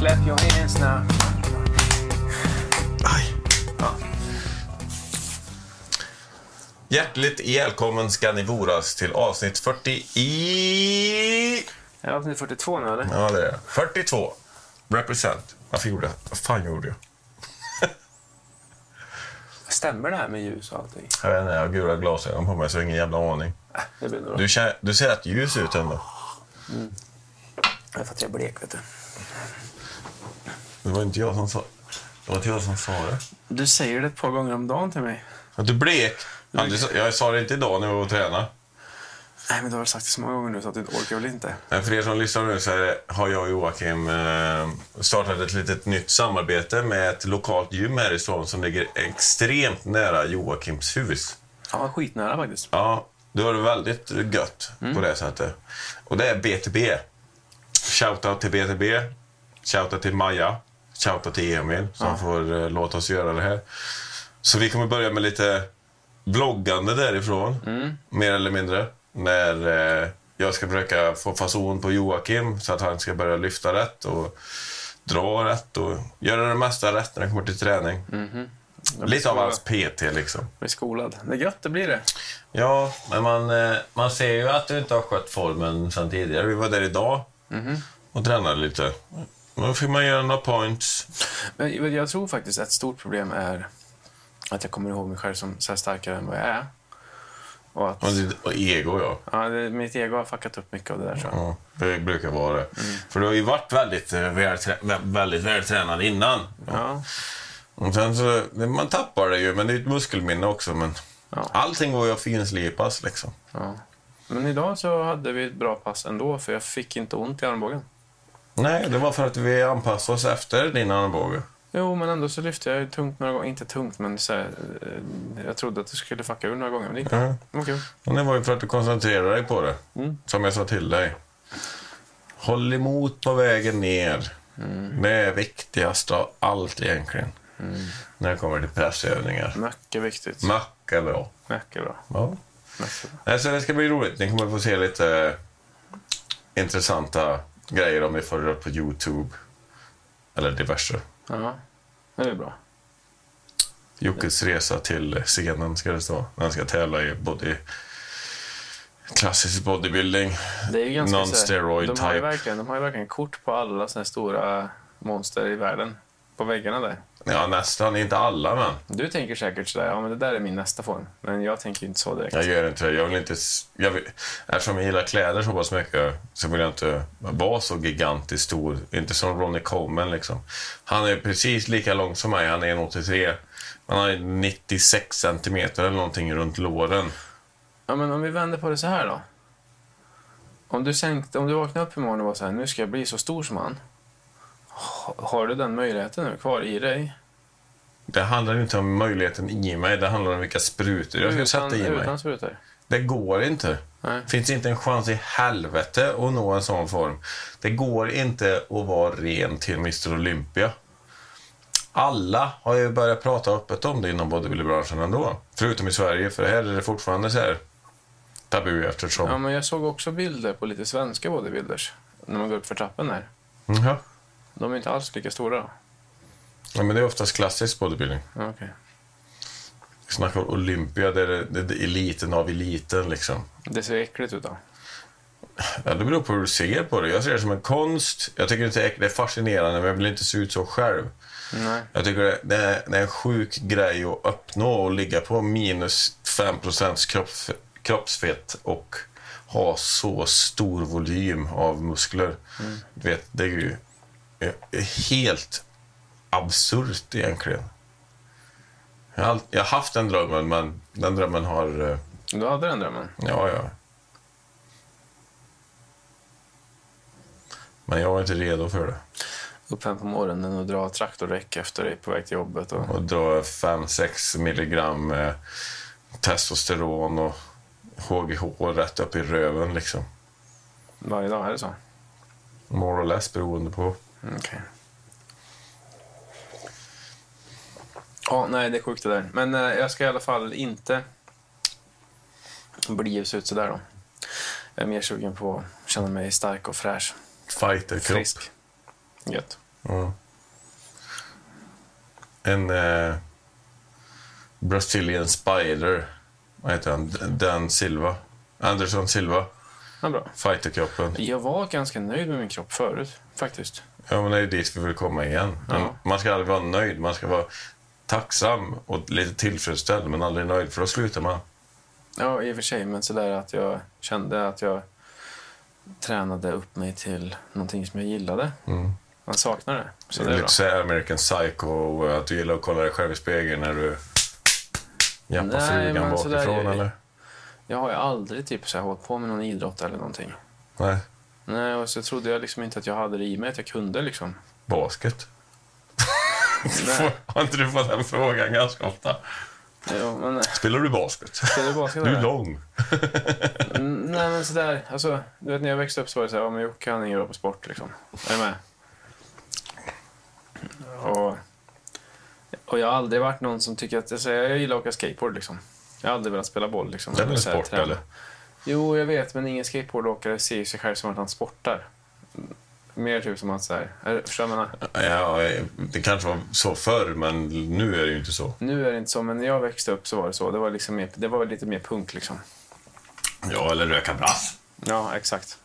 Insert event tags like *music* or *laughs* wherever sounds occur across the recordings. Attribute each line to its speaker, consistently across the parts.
Speaker 1: Clap your hands now.
Speaker 2: Aj. Ja. Hjärtligt välkommen ska ni voras till avsnitt 40 i...
Speaker 1: Är det avsnitt 42 nu eller?
Speaker 2: Ja, det är det. 42. Represent. Varför gjorde jag? Vad fan gjorde jag?
Speaker 1: Stämmer det här med ljus och allting?
Speaker 2: Jag vet inte, jag har gula glasögon på mig så jag har ingen jävla aning.
Speaker 1: Äh, Det blir nog bra.
Speaker 2: Du, kä- du ser rätt ljus ut ändå.
Speaker 1: Det är för att jag är blek vet du.
Speaker 2: Det var inte jag som sa det. var inte jag som sa det.
Speaker 1: Du säger det ett par gånger om dagen till mig.
Speaker 2: Att du är blek. Ja, du sa- jag sa det inte idag när vi var och tränade.
Speaker 1: Nej men du har sagt det så många gånger nu så att du inte orkar väl inte.
Speaker 2: Men För er som lyssnar nu så är det- har jag och Joakim eh, startat ett litet nytt samarbete med ett lokalt gym härifrån som ligger extremt nära Joakims hus.
Speaker 1: Ja, var skitnära faktiskt.
Speaker 2: Ja, du har det väldigt gött på det sättet. Och det är BTB. Shoutout till BTB. Shoutout till Maja. Shoutout till Emil som får eh, låta oss göra det här. Så vi kommer börja med lite vloggande därifrån. Mer eller mindre. När eh, jag ska försöka få fason på Joakim så att han ska börja lyfta rätt och dra rätt och göra det mesta rätt när han kommer till träning. Lite av hans PT liksom.
Speaker 1: Blir skolad. Det är gött, det blir det.
Speaker 2: Ja, men man, eh, man ser ju att du inte har skött formen sen tidigare. Vi var där idag och tränade lite. Men Då fick man göra några points.
Speaker 1: Men men jag tror faktiskt att ett stort problem är att jag kommer ihåg mig själv som så här starkare än vad jag är. Och att
Speaker 2: Och, det- och ego, ja.
Speaker 1: ja, det, mitt ego har fuckat upp mycket av det där tror jag.
Speaker 2: ja. Det brukar vara det. För du har ju varit väldigt, eh, välträ- vä- väldigt vältränad innan.
Speaker 1: Ja.
Speaker 2: Och sen så, man tappar det ju, men det är ju ett muskelminne också. Men
Speaker 1: Ja.
Speaker 2: Allting går ju att finslipas liksom.
Speaker 1: Ja. Men idag så hade vi ett bra pass ändå, för jag fick inte ont i armbågen.
Speaker 2: Nej, det var för att vi anpassade oss efter din armbåge.
Speaker 1: Jo, men ändå så lyfte jag ju tungt några gånger. Inte tungt, men så här, eh, jag trodde att det skulle fucka ur några gånger, men det gick
Speaker 2: Ja.
Speaker 1: Det var kul.
Speaker 2: Men det var ju för att du koncentrerade dig på det. Som jag sa till dig. Håll emot på vägen ner. Det är viktigast av allt egentligen. När det kommer till pressövningar.
Speaker 1: Mycket viktigt.
Speaker 2: Mm. Macka bra.
Speaker 1: Mycket bra.
Speaker 2: Ja.
Speaker 1: Mycket bra.
Speaker 2: Nej, Så det ska bli roligt. Ni kommer få se lite eh, intressanta grejer om ni följer upp på Youtube. Eller diverse.
Speaker 1: Ja, det är bra.
Speaker 2: Jockes resa till scenen ska det stå. När han ska tävla i body... klassisk bodybuilding.
Speaker 1: Det är ju ganska
Speaker 2: Non-steroid
Speaker 1: så här, de, har ju
Speaker 2: type.
Speaker 1: verkligen, de har ju verkligen kort på alla såna här stora monster i världen. På väggarna där.
Speaker 2: Ja, nästan. Inte alla, men.
Speaker 1: Du tänker säkert sådär, ja men det där är min nästa form. Men jag tänker ju inte så direkt.
Speaker 2: Jag gör inte det. Jag vill inte... s- Jag vill, eftersom jag gillar kläder så pass mycket så vill jag inte vara så gigantiskt stor. Inte som Ronnie Coleman. Liksom. Han är precis lika lång som mig. Han är 1,83. Men han är 96 centimeter eller någonting runt låren.
Speaker 1: Ja, men om vi vänder på det så här då. Om du, sänkte, om du vaknade upp imorgon och var så här, nu ska jag bli så stor som han. Ha- Har du den möjligheten nu kvar i dig?
Speaker 2: Det handlar ju inte om möjligheten i mig. Det handlar om vilka sprutor jag ska sätta i mig.
Speaker 1: Utan sprutor?
Speaker 2: Det går inte.
Speaker 1: Nej.
Speaker 2: finns inte en chans i helvete att nå en sån form. Det går inte att vara ren till Mr Olympia. Alla har ju börjat prata öppet om det inom bodybuilderbranschen ändå. Förutom i Sverige, för här är det fortfarande så här tabu eftersom...
Speaker 1: Ja,
Speaker 2: Ja.
Speaker 1: men jag såg också bilder på lite svenska bodybuilders. När man går upp för trappen där. De är inte alls lika stora. då.
Speaker 2: Mhm. Ja, men det är oftast klassisk bodybuilding.
Speaker 1: Ja, okej.
Speaker 2: Vi snackar om Olympia, det är, det, det är eliten av eliten liksom.
Speaker 1: Det ser äckligt ut då.
Speaker 2: Ja, det beror på hur du ser på det. Jag ser det som en konst. Jag tycker inte det är- det är fascinerande, men jag vill inte se ut så själv.
Speaker 1: Nej.
Speaker 2: Jag tycker det, det, är, det är en sjuk grej att uppnå och ligga på minus 5 kropps, kroppsfett och ha så stor volym av muskler. Du vet, det är ju eh, helt absurt egentligen. Jag har, all- jag har haft den drömmen, men den drömmen har... eh,
Speaker 1: Du hade den drömmen?
Speaker 2: Ja, ja. Men jag är inte redo för det.
Speaker 1: Upp fem på morgonen och dra traktorräck efter dig på väg till jobbet. Och...
Speaker 2: och dra 5-6 milligram eh, testosteron och HGH rätt upp i röven. Liksom.
Speaker 1: Varje dag, är det så?
Speaker 2: More or less beroende på.
Speaker 1: Mm, Okej. Ja, nej, det är sjukt det där. Men eh, jag ska i alla fall inte bli just ut sådär då. Jag är mer sugen på att känna mig stark och fräsch.
Speaker 2: Fighterkropp.
Speaker 1: Frisk. Gött.
Speaker 2: Ja. En eh, Brazilian Spider. Vad heter han? D- Dan Silva. Anderson Silva.
Speaker 1: Ja, bra.
Speaker 2: Fighterkroppen.
Speaker 1: Jag var ganska nöjd med min kropp förut, faktiskt.
Speaker 2: Ja, men det är ju dit vi vill komma igen. Men
Speaker 1: Ja.
Speaker 2: Man ska aldrig vara nöjd. Man ska vara tacksam och lite tillfredsställd, men aldrig nöjd, för då slutar man.
Speaker 1: Ja, i och för sig, men sådär att jag kände att jag tränade upp mig till någonting som jag gillade.
Speaker 2: Mm.
Speaker 1: Man saknar det, så
Speaker 2: Så
Speaker 1: det är bra.
Speaker 2: lite så här American Psycho, att du gillar att kolla dig själv i spegeln när du jappar
Speaker 1: Nej,
Speaker 2: frugan
Speaker 1: men sådär
Speaker 2: bakifrån,
Speaker 1: är-
Speaker 2: eller?
Speaker 1: Jag har ju aldrig typ så här hållit på med någon idrott eller någonting.
Speaker 2: Nej,
Speaker 1: Nej, och så trodde jag liksom inte att jag hade det i mig, att jag
Speaker 2: *laughs*
Speaker 1: kunde liksom.
Speaker 2: basket.
Speaker 1: Nej.
Speaker 2: *laughs* Har inte du fått den frågan ganska ofta?
Speaker 1: Jo, men nej.
Speaker 2: Spelar du basket?
Speaker 1: Så det är basket,
Speaker 2: Du
Speaker 1: eller?
Speaker 2: är lång.
Speaker 1: Mm, Nej men sådär, alltså, du vet när jag växte upp så var det såhär, ja men Jocke han är ju bra på sport liksom. Är du med? Och, och jag har aldrig varit någon som tycker att, jag, säger, jag gillar att åka skateboard liksom. Jag har aldrig velat spela boll liksom.
Speaker 2: Det är väl
Speaker 1: Så här,
Speaker 2: sport,
Speaker 1: träna.
Speaker 2: eller?
Speaker 1: Jo, jag vet, men ingen skateboardåkare ser ju sig själv som att han sportar. Mer typ som att såhär, är- förstår du vad jag menar?
Speaker 2: Ja, det kanske var så förr, men nu är det ju inte så.
Speaker 1: Nu är det inte så, men när jag växte upp så var det så. Det var, liksom mer, det var lite mer punk liksom.
Speaker 2: Ja, eller röka brass.
Speaker 1: Ja, exakt.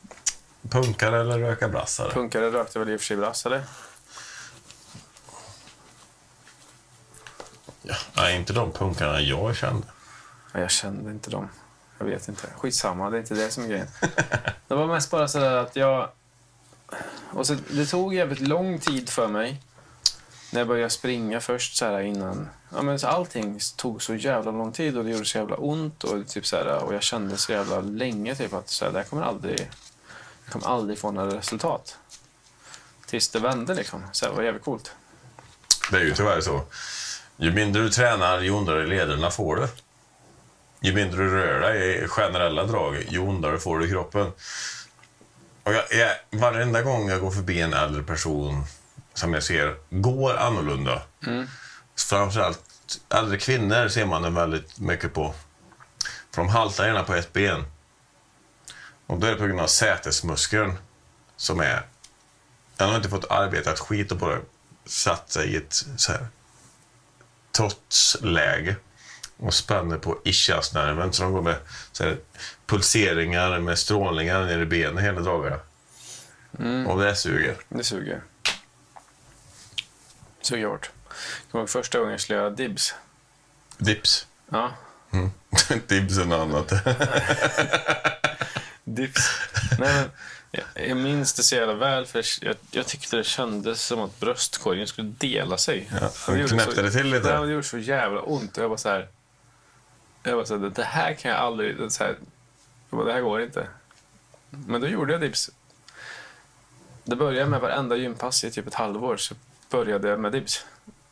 Speaker 2: Punkare eller röka brassare?
Speaker 1: Punkare rökte väl i och för sig brass, eller?
Speaker 2: Ja. Nej, inte de punkarna jag kände.
Speaker 1: Ja, jag kände inte dem. Jag vet inte. Skitsamma, det är inte det som är grejen. Det var mest bara sådär att jag... Och så, det tog jävligt lång tid för mig när jag började springa först så här innan. Ja, men så allting tog så jävla lång tid och det gjorde så jävla ont och, typ så här, och jag kände så jävla länge typ att så här, det här kommer aldrig, jag kommer aldrig få några resultat. Tills det vände liksom. Så här, det var jävligt coolt.
Speaker 2: Det är ju tyvärr så. Ju mindre du tränar, ju ondare lederna får du. Ju mindre du rör dig i generella drag, ju ondare får du i kroppen. Och jag, jag, varenda gång jag går förbi en äldre person som jag ser går annorlunda. Framförallt äldre kvinnor ser man det väldigt mycket på. För de haltar gärna på ett ben. Och då är det på grund av sätesmuskeln som är han har inte fått arbeta ett skit och bara satt sig i ett så här trotsläge och spänner på ischiasnerven. Så de går med så här, pulseringar med strålningar ner i benen hela dagarna. Och det suger.
Speaker 1: Det suger. Suger hårt. Jag kommer ihåg första gången jag skulle göra dibs.
Speaker 2: Dips.
Speaker 1: Ja.
Speaker 2: *laughs* Dips är något annat. *laughs*
Speaker 1: Dips. *laughs* Nej, men, jag, jag minns det så jävla väl, för jag, jag tyckte det kändes som att bröstkorgen skulle dela sig.
Speaker 2: Ja, den knäppte det till lite.
Speaker 1: Ja, det gjorde så jävla ont. Och jag bara så här... Jag bara så här, det här kan jag aldrig... Det, så här, jag bara, det här går inte. Men då gjorde jag dips. Det började med varenda gympass i typ ett halvår, så började jag med dips.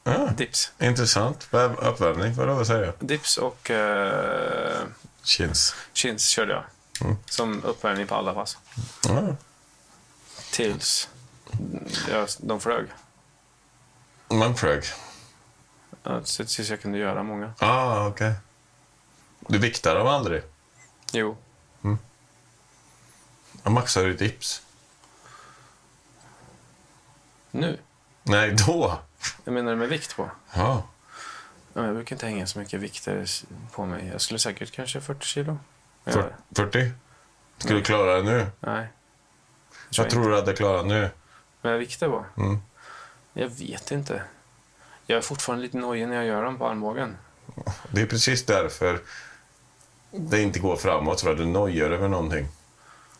Speaker 2: ja,
Speaker 1: Dips.
Speaker 2: intressant. Värm- Uppvärmning, vadå, vad säger jag?
Speaker 1: Dips och eh,
Speaker 2: Chins.
Speaker 1: chins körde jag.
Speaker 2: Mm.
Speaker 1: Som uppvärmning på alla pass.
Speaker 2: Ja.
Speaker 1: Tills jag, de flög.
Speaker 2: Man frög.
Speaker 1: Ja, så- Tills jag kunde göra många.
Speaker 2: Ah, okej. Du viktar dem aldrig.
Speaker 1: Jo,
Speaker 2: Jag maxar ut dips.
Speaker 1: nu.
Speaker 2: Nej, då.
Speaker 1: Jag menar med vikt på.
Speaker 2: Ja.
Speaker 1: Ja, men Jag brukar inte hänga så mycket vikter s- på mig. Jag skulle säkert kanske 40 kilo. Jag gör
Speaker 2: Fyr-
Speaker 1: det.
Speaker 2: 40? Skulle du klara det nu?
Speaker 1: Nej. Jag tror
Speaker 2: Jag tror du hade klarat nu.
Speaker 1: Med vikter på?
Speaker 2: Mm.
Speaker 1: Jag vet inte. Jag är fortfarande lite nojig när jag gör dem på armbågen.
Speaker 2: Det är precis därför det inte går framåt, för att du nojar över någonting.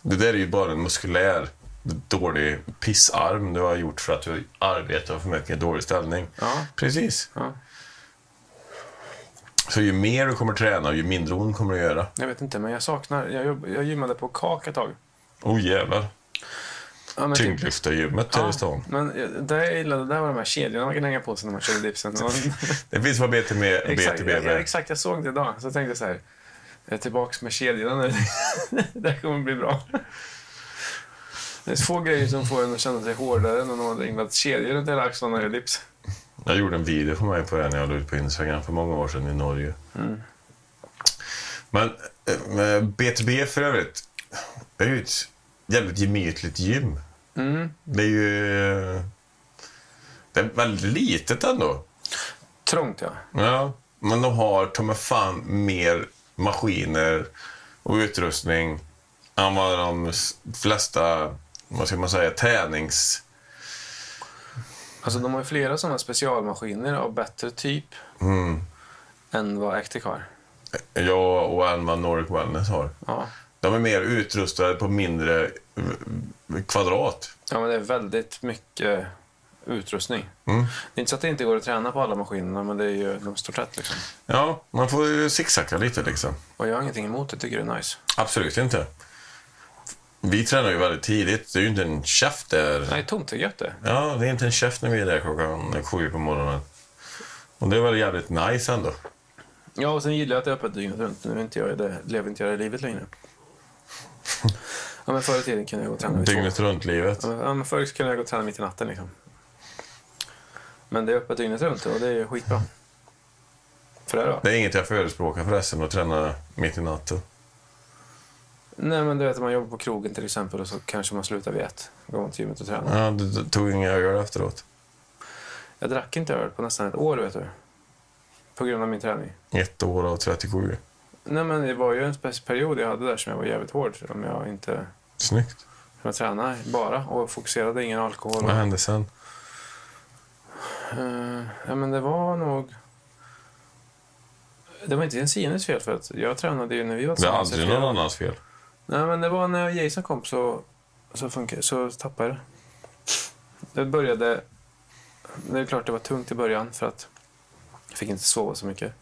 Speaker 2: Det där är ju bara en muskulär dålig pissarm du har gjort för att du arbetar för mycket i dålig ställning.
Speaker 1: Ja.
Speaker 2: Precis.
Speaker 1: ja.
Speaker 2: Så ju mer du kommer träna, ju mindre ont kommer du göra.
Speaker 1: Jag vet inte, men jag saknar... Jag, jobb, jag gymmade på kak ett tag.
Speaker 2: Oh jävlar.
Speaker 1: Ja, men typ-
Speaker 2: Tyngdlyftargymmet här i stan.
Speaker 1: men eh, det jag gillade där var de här kedjorna man kan hänga på sig när man kör *laughs* dipsen.
Speaker 2: Det finns vad BTB
Speaker 1: exakt,
Speaker 2: BTB
Speaker 1: jag, jag,
Speaker 2: med.
Speaker 1: exakt, jag såg det idag. Så jag tänkte så här. Jag är tillbaka med kedjorna nu. *laughs* det här kommer bli bra. Det är få grejer som får en att känna sig hårdare än om man hade ägnat kedjor runt hela axlarna och dips.
Speaker 2: Jag gjorde en video på mig på det när jag la ut på Instagram för många år sedan i Norge. Men eh, med BTB för övrigt, det är ju ett jävligt gemytligt gym.
Speaker 1: Mm.
Speaker 2: Det är ju... eh, Det är väldigt litet ändå.
Speaker 1: Trångt ja.
Speaker 2: Ja, men de har ta mig fan mer maskiner och utrustning än vad de s- flesta, vad ska man säga, tränings...
Speaker 1: Alltså de har ju flera sådana specialmaskiner av bättre typ
Speaker 2: mm,
Speaker 1: än vad Actic har.
Speaker 2: Ja, och än vad Nordic Wellness har.
Speaker 1: Ja.
Speaker 2: De är mer utrustade på mindre eh, kvadrat.
Speaker 1: ja, men det är väldigt mycket utrustning. Det är inte så att det inte går att träna på alla maskinerna, men det är ju, de står tätt liksom.
Speaker 2: Ja, man får ju zigzacka lite liksom.
Speaker 1: Och jag har ingenting emot det, tycker det är nice.
Speaker 2: Absolut inte. Vi tränar ju väldigt tidigt. Det är ju inte en käft där.
Speaker 1: Nej, tomt är gött det.
Speaker 2: Ja, det är inte en käft när vi är där klockan sju på morgonen. Och det var jävligt nice ändå.
Speaker 1: Ja, och sen gillar jag att det är öppet dygnet runt. Nu är inte jag det, lever inte jag det livet längre. Ja, men förr i tiden kunde jag gå och träna vid två.
Speaker 2: Dygnet runt-livet.
Speaker 1: Ja, men- Ja, men förr kunde jag gå och träna mitt i natten liksom. Men det är öppet dygnet runt och det är ju skitbra. För det då?
Speaker 2: Det är inget jag förespråkar förresten, att träna mitt i natten.
Speaker 1: Nej men du vet om man jobbar på krogen till exempel och så kanske man slutar vid ett. Går man till gymmet och tränar.
Speaker 2: Ja, du du tog inga öl efteråt.
Speaker 1: Jag drack inte öl på nästan ett år vet du. På grund av min träning.
Speaker 2: Ett år av 37.
Speaker 1: Nej men det var ju en speciell period jag hade där som jag var jävligt hård. Om jag inte...
Speaker 2: Snyggt.
Speaker 1: Jag tränade bara och fokuserade ingen alkohol.
Speaker 2: Vad hände sen?
Speaker 1: Eh, ja, men det var nog... Det var inte Jensines fel, för att jag tränade ju när vi var
Speaker 2: Det är aldrig
Speaker 1: efter-
Speaker 2: någon annans fel.
Speaker 1: Nej, men det var när Jason kom så, så, funkar, så tappade jag det. Det började... Det är klart det var tungt i början för att jag fick inte sova så mycket.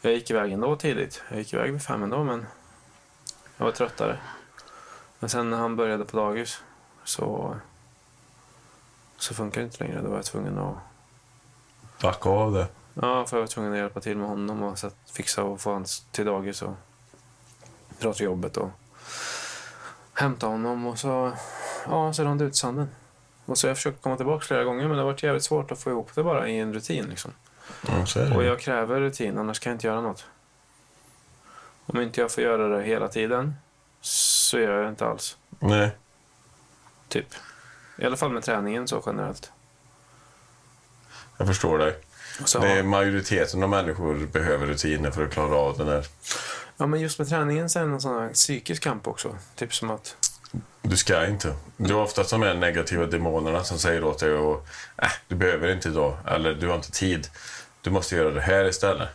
Speaker 1: Jag gick iväg ändå tidigt. Jag gick iväg vid fem ändå, men jag var tröttare. Men sen när han började på dagis så, så funkade det inte längre. Då var jag tvungen att
Speaker 2: Backa av det.
Speaker 1: Ja, för jag var tvungen att hjälpa till med honom och så att fixa och få hans till dagis och dra till jobbet och hämta honom och så, ja, så rann det ut i sanden. Och så har jag försökt komma tillbaka flera gånger men det har varit jävligt svårt att få ihop det bara i en rutin liksom.
Speaker 2: Ja, Mm, så är
Speaker 1: Och
Speaker 2: det.
Speaker 1: jag kräver rutin, annars kan jag inte göra något. Om inte jag får göra det hela tiden så gör jag det inte alls,
Speaker 2: Nej.
Speaker 1: typ. I alla fall med träningen så generellt.
Speaker 2: Jag förstår dig.
Speaker 1: Och så
Speaker 2: Det är majoriteten av människor behöver rutiner för att klara av den här.
Speaker 1: Ja, men just med träningen så är det någon sån här psykisk kamp också. Typ som att
Speaker 2: Du ska inte. Det är oftast de här negativa demonerna som säger åt dig att äh, du behöver inte idag, eller du har inte tid. Du måste göra det här istället.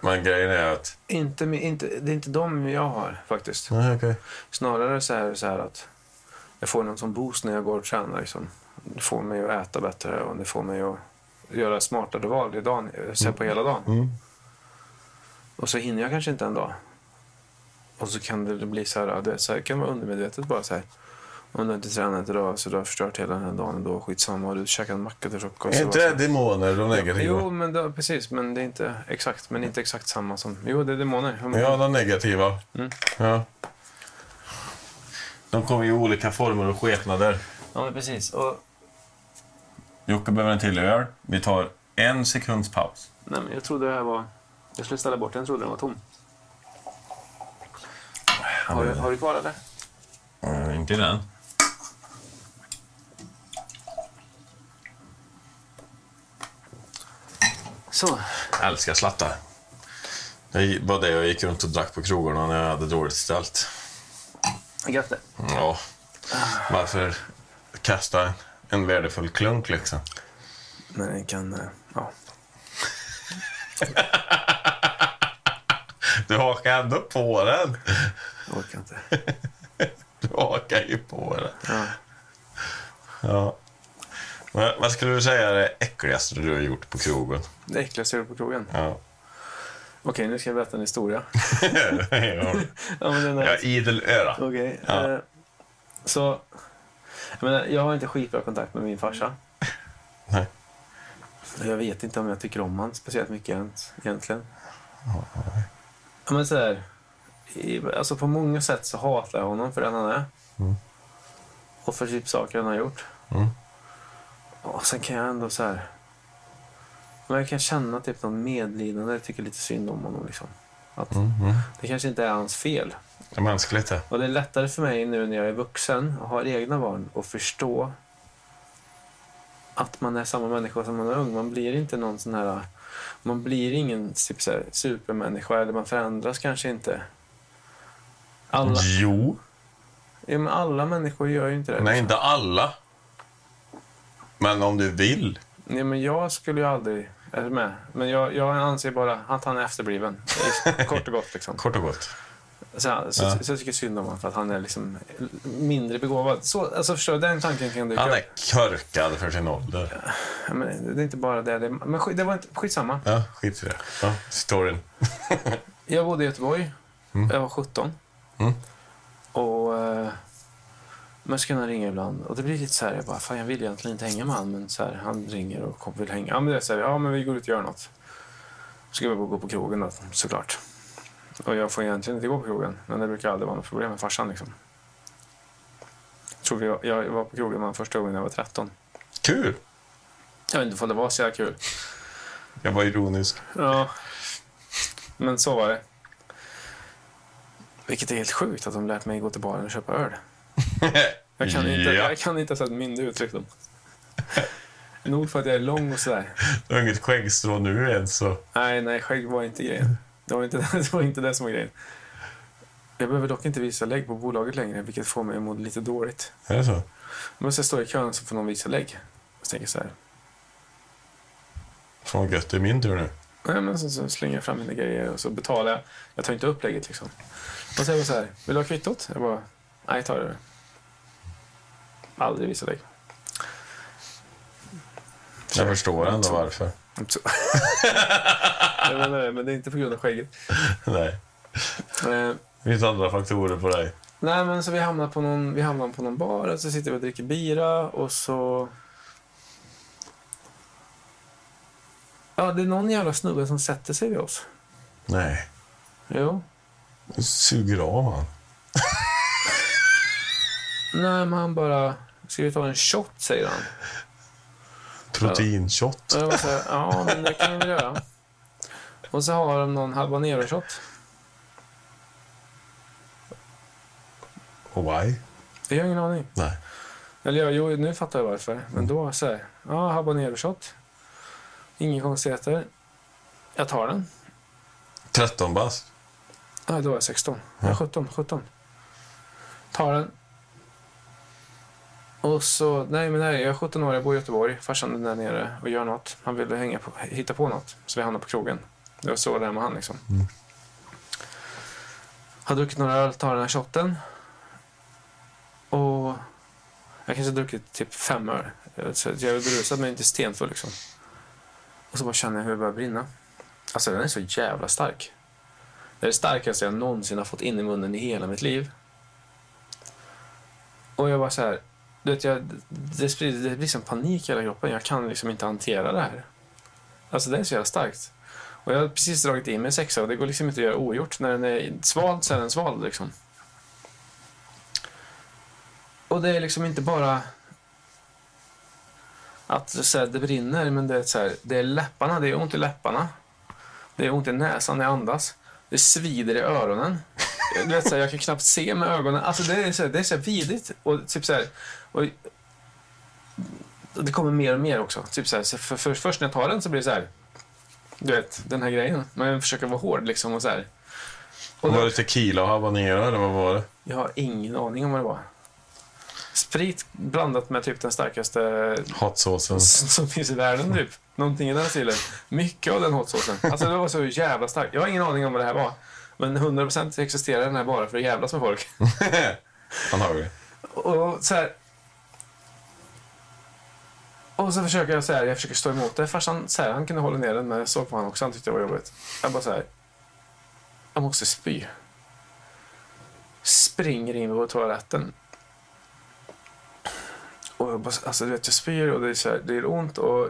Speaker 2: Men grejen är att...
Speaker 1: Inte, mi- inte, det är inte dem jag har faktiskt.
Speaker 2: Nej, okej.
Speaker 1: Snarare så är det så här att jag får någon som boost när jag går och tränar. Liksom. Det får mig att äta bättre och det får mig att göra smartare val i dagen, så här på hela dagen.
Speaker 2: Mm.
Speaker 1: Och så hinner jag kanske inte en dag. Och så kan det bli så här, ja, det så här kan vara undermedvetet bara så här. Om du inte tränat idag så du har förstört hela den här dagen då skitsamma och du käkar en macka till frukost.
Speaker 2: Är
Speaker 1: och bara så
Speaker 2: inte
Speaker 1: här.
Speaker 2: det demoner, de negativa?
Speaker 1: Jo, men det, precis. Men det är inte exakt, men inte exakt samma som... Jo, det är demoner.
Speaker 2: Ja, de negativa.
Speaker 1: Mm.
Speaker 2: Ja. De kommer i olika former och skepnader.
Speaker 1: ja men precis. Och,
Speaker 2: Jocke behöver en till öl. Vi tar en sekunds paus.
Speaker 1: Nej, men jag trodde det här var... Jag skulle ställa bort den, jag trodde den var tom. Har du, har du kvar eller?
Speaker 2: Mm, inte den.
Speaker 1: Så.
Speaker 2: Jag älskar slattar. Det var det jag gick runt och drack på krogarna när jag hade dåligt ställt.
Speaker 1: Grattis.
Speaker 2: Ja, varför kasta en värdefull klunk liksom?
Speaker 1: Men den kan... eh, Ja.
Speaker 2: Du hakar ändå på den.
Speaker 1: Jag orkar inte.
Speaker 2: Du hakar ju på den.
Speaker 1: Ja.
Speaker 2: Ja. Vad vad skulle du säga är det äckligaste du har gjort på krogen?
Speaker 1: Det äckligaste jag gjort på krogen.
Speaker 2: Ja. *laughs*
Speaker 1: Okej, nu ska jag berätta en historia.
Speaker 2: jag
Speaker 1: Ja, men den
Speaker 2: har
Speaker 1: är...
Speaker 2: idel öra.
Speaker 1: Okej.
Speaker 2: Ja.
Speaker 1: eh, Så... Jag, menar, jag har inte skitbra kontakt med min farsa.
Speaker 2: *laughs* Nej.
Speaker 1: Jag vet inte om jag tycker om han speciellt mycket ens, egentligen. Ja, men så här, i, alltså på många sätt så hatar jag honom för den han är. Och för typ saker han har gjort.
Speaker 2: Mm.
Speaker 1: Och sen kan jag ändå så här... Men jag kan känna typ någon medlidande. Jag tycker lite synd om honom. Liksom. Att
Speaker 2: Mm,
Speaker 1: Det kanske inte är hans fel.
Speaker 2: Det är mänskligt det.
Speaker 1: Och det är lättare för mig nu när jag är vuxen och har egna barn att förstå att man är samma människa som man är ung. Man blir inte någon sån här... Man blir ingen typ så här, supermänniska eller man förändras kanske inte. Alla,
Speaker 2: Jo.
Speaker 1: ja, men alla människor gör ju inte det.
Speaker 2: Nej, inte alla. Men om du vill.
Speaker 1: Nej, men jag skulle ju aldrig... Är du med? Men jag, jag anser bara att han är efterbliven. *laughs* Kort och gott. Liksom.
Speaker 2: Kort och gott.
Speaker 1: Så, han- så,
Speaker 2: Ja.
Speaker 1: så jag tycker synd om honom för att han är liksom mindre begåvad. Så, alltså, förstår du? Den tanken kan dyka
Speaker 2: Han
Speaker 1: upp.
Speaker 2: är körkad för sin ålder.
Speaker 1: Ja, Men det är inte bara det. det men skit, det var inte, skitsamma.
Speaker 2: Ja, skit i det. Ja, storyn.
Speaker 1: Jag bodde i Göteborg. Jag var 17.
Speaker 2: Mm.
Speaker 1: Och... Eh, men så kunde han ringa ibland. Och det blir lite så här, jag bara, fan jag vill egentligen inte hänga med han, men så här, han ringer och kom, vill hänga. Ja men det är så här, ja men vi går ut och gör något. Så ska vi gå på krogen då, såklart. Och jag får egentligen inte gå på krogen, men det brukar aldrig vara något problem med farsan liksom. Jag tror vi, var- jag var på krogen med honom första gången jag var 13.
Speaker 2: Kul!
Speaker 1: Jag vet inte om det var så jävla kul.
Speaker 2: Jag var ironisk.
Speaker 1: Ja. Men så var det. Vilket är helt sjukt att de lärt mig gå till baren och köpa öl. Jag kan inte,
Speaker 2: Ja,
Speaker 1: jag kan inte sätta mindre ut liksom. Nog för att jag är lång och sådär.
Speaker 2: du har inget skäggstrå nu ens. Så.
Speaker 1: Nej, nej, skägg var inte grejen. Det var inte, *laughs* det var inte det som var grejen. Jag behöver dock inte visa lägg på bolaget längre, vilket får mig att må lite dåligt.
Speaker 2: Är det så?
Speaker 1: Men så står jag i kön så får någon visa lägg. Så tänker jag så här.
Speaker 2: Fan vad gött, det är min tur nu.
Speaker 1: Nej, men så, så slänger jag fram mina grejer och så betalar jag. Jag tar inte upp lägget liksom. Och så är det så här, vill du ha kvittot? Jag bara, nej ta det. Aldrig visa lägg.
Speaker 2: Jag förstår ändå varför.
Speaker 1: *laughs* Så- jag menar det, men det är inte på grund av skägget.
Speaker 2: *laughs* Nej.
Speaker 1: Eh,
Speaker 2: Det finns andra faktorer på dig.
Speaker 1: nej men så vi hamnar på någon, vi hamnar på någon bar och så sitter vi och dricker bira och så... Ja, det är någon jävla snubbe som sätter sig vid oss.
Speaker 2: Nej.
Speaker 1: Jo.
Speaker 2: Du suger av han.
Speaker 1: Nej, men han bara... Ska vi ta en shot, säger han.
Speaker 2: Proteinshot.
Speaker 1: Och jag var så här, ja men det kan vi väl göra. Och så har de någon habanero-shot.
Speaker 2: Och why?
Speaker 1: Jag har ingen aning.
Speaker 2: Nej.
Speaker 1: Eller ja, jo, nu fattar jag varför. Men då så här, ja habanero-shot. Inga konstigheter. Jag tar den.
Speaker 2: 13 bast.
Speaker 1: Nej, då var jag 16. Ja, 17, 17. Tar den. Och så, nej men nej, jag är 17 år, jag bor i Göteborg. Farsan är där nere och gör något. Han ville hänga på, hitta på något. Så vi hamnade på krogen. Det var så det är med han liksom. Har druckit några öl, tar den här shotten. Och jag kanske har druckit typ fem öl. Så att jag är berusad men inte stenfull liksom. Och så bara känner jag hur det börjar brinna. Alltså den är så jävla stark. Det är det starkaste jag någonsin har fått in i munnen i hela mitt liv. Och jag var så här, du vet, jag, det, sprider, det blir som panik i hela kroppen. Jag kan liksom inte hantera det här. Alltså det är så jävla starkt. Och jag har precis dragit in mig sexa och det går liksom inte att göra ogjort. När den är svald så är den svald liksom. Och det är liksom inte bara att så här, det brinner, men det är, så här, det är läpparna, det är ont i läpparna. Det är ont i näsan när jag andas. Det svider i öronen. Du vet, så här, jag kan knappt se med ögonen. Alltså, det är så, här, det är så här vidrigt. Och, typ så här, och, och det kommer mer och mer också. Typ så här, så för, för, först när jag tar den så blir det så här. Du vet, den här grejen. Man försöker vara hård liksom och så här. Och då-
Speaker 2: Var det tequila och habanero eller vad var det?
Speaker 1: jag har ingen aning om vad det var. Sprit blandat med typ den starkaste *laughs*
Speaker 2: Hotsåsen.
Speaker 1: som som finns i världen typ. Någonting i den stilen. Mycket av den hotsåsen. Alltså det var så jävla starkt. Jag har ingen aning om vad det här var. Men 100% existerar den här bara för att jävlas med folk.
Speaker 2: Antagligen.
Speaker 1: Och så här. Och så försöker jag så här, jag försöker stå emot det. Farsan så här, han kunde hålla ner den men jag såg på honom också, han tyckte det var jobbigt. Jag bara så här. Jag måste spy. Springer in på toaletten. Och jag bara, alltså du vet jag spyr och det är så här, det gör ont och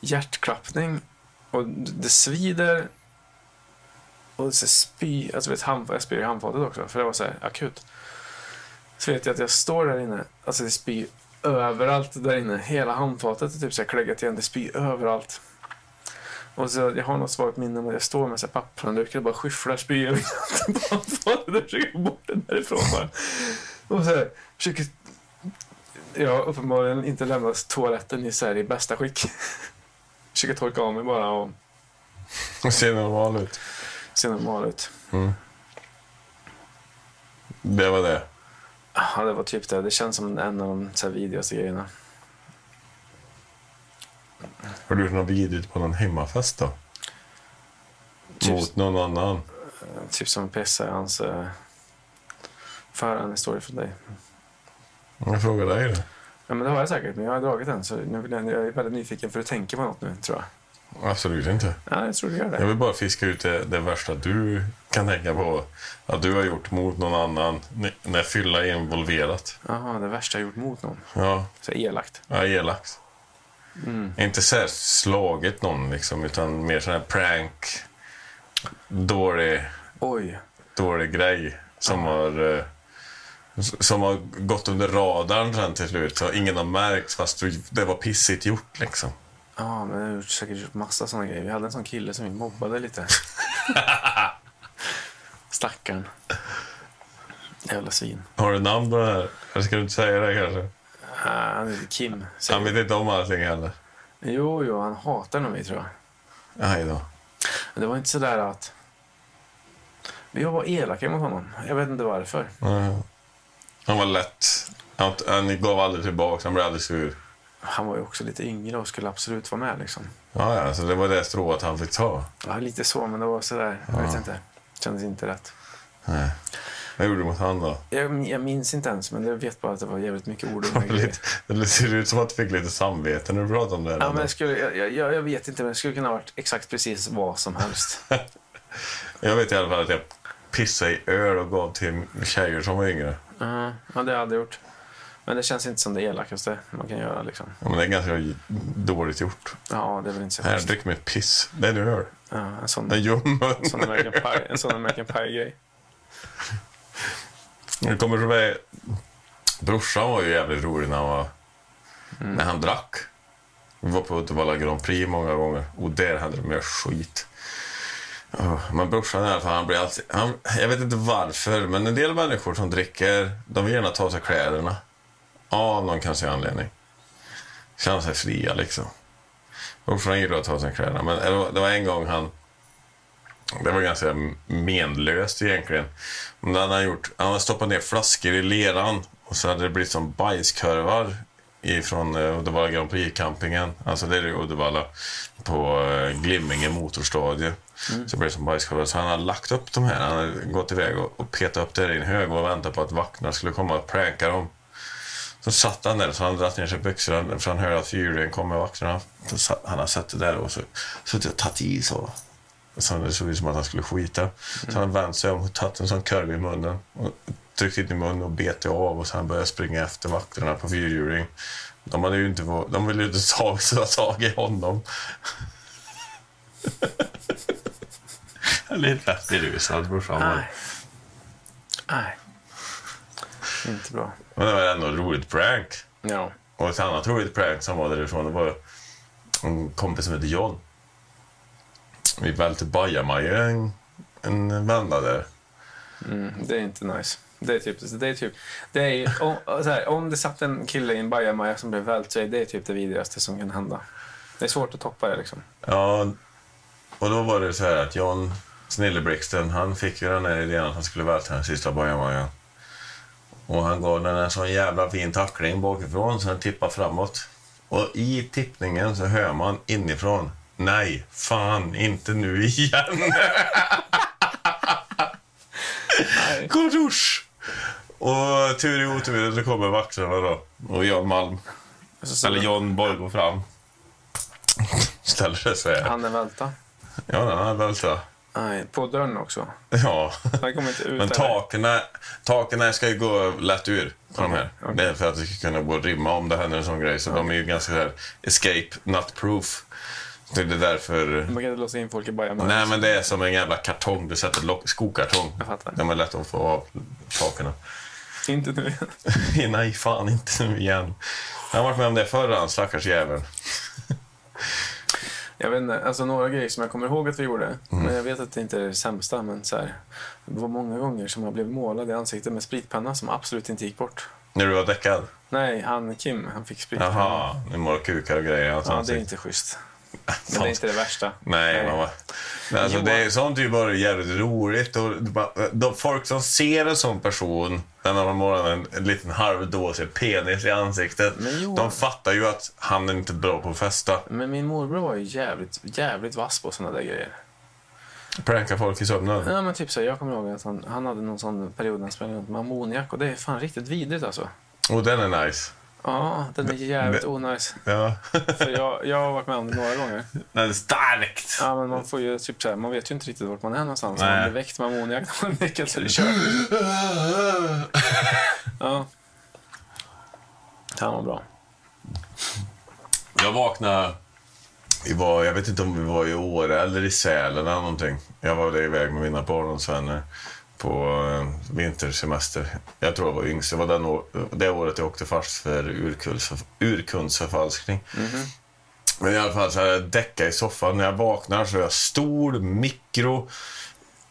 Speaker 1: hjärtklappning och det svider. Och så spy, alltså du vet, hand, jag spyr i handfatet också för det var så här akut. Så vet jag att jag står där inne. Alltså det spyr överallt där inne. Hela handfatet är typ så här kläggat igen. Det spyr överallt. Och så jag har något svagt minne om att jag står med så här pappershanddukar och bara skyfflar spy över på handfatet och försöker få bort den därifrån bara. Och så här, försöker Jag har uppenbarligen inte lämnat toaletten i, så här, i bästa skick. Försöker torka av mig bara och
Speaker 2: Det ser normal ut.
Speaker 1: se normal ut.
Speaker 2: Det var det.
Speaker 1: Ja, det var typ det. Det känns som en av de så här, vidrigaste grejerna.
Speaker 2: Har du gjort något vidrigt på någon hemmafest då?
Speaker 1: Typ-
Speaker 2: Mot någon annan?
Speaker 1: Typ som pissa i hans... eh, Får höra en historia från dig.
Speaker 2: Jag frågar dig det.
Speaker 1: Ja, men det har jag säkert, men jag har dragit den. Så nu vill jag, jag är väldigt nyfiken för du tänker på något nu, tror jag.
Speaker 2: Absolut inte.
Speaker 1: Ja, jag tror du gör
Speaker 2: Jag
Speaker 1: det.
Speaker 2: vill bara fiska ut det, det värsta du kan tänka på. Att du har gjort mot någon annan n- när fylla är involverat.
Speaker 1: Jaha, det värsta jag gjort mot någon.
Speaker 2: Ja,
Speaker 1: Så elakt.
Speaker 2: ja elakt. Inte så här slagit någon liksom, utan mer sån här prank. Dålig,
Speaker 1: Oj.
Speaker 2: dålig grej som har... eh, s- Som har gått under radarn sen till slut. Så ingen har märkt fast du- det var pissigt gjort liksom.
Speaker 1: Ja, men jag har gjort- säkert gjort massa sådana grejer. Vi hade en sån kille som vi mobbade lite. Stackarn. Jävla svin.
Speaker 2: Har du namn på det här? Eller ska du inte säga det kanske?
Speaker 1: Ah, Han heter Kim. säger
Speaker 2: Han vet inte om allting heller.
Speaker 1: jag. Jo, jo, han hatar nog mig tror jag.
Speaker 2: Aj då.
Speaker 1: Men det var inte sådär att... Men jag var elaka mot honom. Jag vet inte varför.
Speaker 2: Ja. Han var lätt. Han, han gav aldrig tillbaka, han blev aldrig sur.
Speaker 1: Han var ju också lite yngre och skulle absolut vara med liksom.
Speaker 2: Ja, ja, så det var det strået han fick ta.
Speaker 1: Ja, lite så, men det var sådär. Jag vet inte. Kändes inte rätt.
Speaker 2: Nej. Vad gjorde du mot han då?
Speaker 1: Jag, jag minns inte ens, men jag vet bara att det var jävligt mycket ord. Och grejer.
Speaker 2: Lite, *laughs* det ser ut som att du fick lite samvete när du pratade om det.
Speaker 1: Ja, men jag, skulle, jag- jag, jag, jag vet inte, men det skulle kunna ha varit exakt precis vad som helst.
Speaker 2: Jag vet i alla fall att jag pissade i öl och gav till tjejer som var yngre.
Speaker 1: Ja, ja, det hade jag gjort. Men det känns inte som det elakaste man kan göra. Liksom.
Speaker 2: Ja, men det är ganska dåligt gjort.
Speaker 1: Ja, det är väl inte så
Speaker 2: Här,
Speaker 1: schysst.
Speaker 2: drick mitt piss. Det är en öl.
Speaker 1: Ja, en sån,
Speaker 2: En
Speaker 1: en
Speaker 2: ljummen.
Speaker 1: sån American Pie- en sån American Pie-grej.
Speaker 2: Jag kommer så väl... Brorsan var ju jävligt rolig när han, var, när han drack. Vi var på Uddevalla Grand Prix många gånger och där hände det mer skit. Ja, Men brorsan i alla fall, han blir alltid... Han, jag vet inte varför, men en del människor som dricker, de vill gärna ta av sig kläderna. Av någon kanske anledning. Känna sig fria liksom. Brorsan gillar att ta av sig kläderna, men det var- det var en gång han... Det var ganska menlöst egentligen. Men det hade han gjort. Han hade stoppat ner flaskor i leran och så hade det blivit som bajskorvar ifrån eh, Uddevalla Grand Prix-campingen. Alltså det är ju Uddevalla på eh, Glimminge motorstadie. Så det blev som bajskorvar. Så han hade lagt upp de här. Han hade gått iväg och, och petat upp det här i en hög och väntat på att vakterna skulle komma och pranka dem. Så satt han där, så han dragit ner sig byxorna för han hörde att julen kom med vakterna. Så satt, han har suttit där och så, suttit och tagit i så. Så det såg ut som att han skulle skita. Så han vände sig om och tagit en sån korv i munnen. Och tryckte in i munnen och bet det av och sen började springa efter vakterna på fyrhjuling. De, hade ju inte, vå- de ville ju inte *laughs* ta, ta tag i honom. Lite lätt berusad brorsan var.
Speaker 1: Nej. Nej. Inte bra.
Speaker 2: Men det var ändå ett roligt prank.
Speaker 1: Ja.
Speaker 2: Och ett annat roligt prank som var därifrån, det var en kompis som hette John. Vi välte bajamajor en, en vända där.
Speaker 1: Mm, det är inte nice. Det är typ... Det är typ det är, om, så här, om det satt en kille i en bajamaja som blev vält så är det typ det vidrigaste som kan hända. Det är svårt att toppa det liksom.
Speaker 2: Ja, och då var det så här att John Snilleblixten, han fick ju den här idén att han skulle välta den sista bajamajan. Och han gav den en sån jävla fin tackling bakifrån så den tippade framåt. Och i tippningen så hör man inifrån, nej, fan, inte nu igen.
Speaker 1: Nej.
Speaker 2: Korusch! Och tur i oturen så kommer vakterna då. Och Jan Malm, eller John Borg går fram. Ställer sig så här.
Speaker 1: Han den välta?
Speaker 2: Ja, den hade väl så.
Speaker 1: Nej, på dörren också. *laughs*
Speaker 2: Ja.
Speaker 1: Han kommer inte ut.
Speaker 2: Men
Speaker 1: heller.
Speaker 2: takerna, takerna ska ju gå lätt ur på de här.
Speaker 1: Okej, okej.
Speaker 2: Det är för att det ska kunna gå att rymma om det händer en sån grej. Så de är ju ganska så här escape, not proof. Så det är därför...
Speaker 1: Man kan inte låsa in folk i bajamajor.
Speaker 2: Nej, men det är som en jävla kartong. Du sätter lock, skokartong.
Speaker 1: Jag fattar.
Speaker 2: De är lätt att få av takerna.
Speaker 1: Inte nu.
Speaker 2: *laughs* Nej, fan inte nu igen. Han har varit med om det förr, han stackars jäveln.
Speaker 1: Jag vet inte, alltså några grejer som jag kommer ihåg att vi gjorde.
Speaker 2: Mm.
Speaker 1: Men jag vet att det inte är det sämsta. Men så här, det var många gånger som jag blev målad i ansiktet med spritpenna som absolut inte gick bort.
Speaker 2: När du var däckad.
Speaker 1: Nej, han Kim, han fick sprit.
Speaker 2: Jaha, nu mår kukar och grejer i hans
Speaker 1: Ja, det är
Speaker 2: ansikte.
Speaker 1: inte schysst. Men det är inte det värsta.
Speaker 2: Nej,
Speaker 1: Nej.
Speaker 2: man bara... Men alltså,
Speaker 1: Johan-
Speaker 2: det är ju sånt är ju bara jävligt roligt. Och det bara- de folk som ser en sån person, den har man en, en liten halvdåsig penis i ansiktet.
Speaker 1: Men Johan-
Speaker 2: De fattar ju att han är inte bra på att festa.
Speaker 1: Men min morbror var ju jävligt, jävligt vass på såna där grejer.
Speaker 2: Pränka folk i sömnen.
Speaker 1: Ja, men typ så, här, jag kommer ihåg att han, han hade någon sån period när han sprang runt med ammoniak och det är fan riktigt vidrigt alltså.
Speaker 2: Och den är nice.
Speaker 1: Ja, den är jävligt onajs.
Speaker 2: Ja.
Speaker 1: För jag, jag har varit med om det några gånger.
Speaker 2: den är starkt.
Speaker 1: Ja, men man får ju typ så här, man vet ju inte riktigt vart man är någonstans.
Speaker 2: Nej.
Speaker 1: Man blir väckt med ammoniak när man nickar så det kör.
Speaker 2: *laughs*
Speaker 1: Ja. Han var bra.
Speaker 2: Jag vaknade... Vi var, jag vet inte om vi var i Åre eller i Sälen eller någonting. Jag var där iväg med mina barndomsvänner på eh, vintersemester. Jag tror jag var yngst. Det var den, å- det året jag åkte fast för urkunds- urkundsförfalskning. Men i alla fall så hade jag däckat i soffan. När jag vaknar så är jag stol, mikro.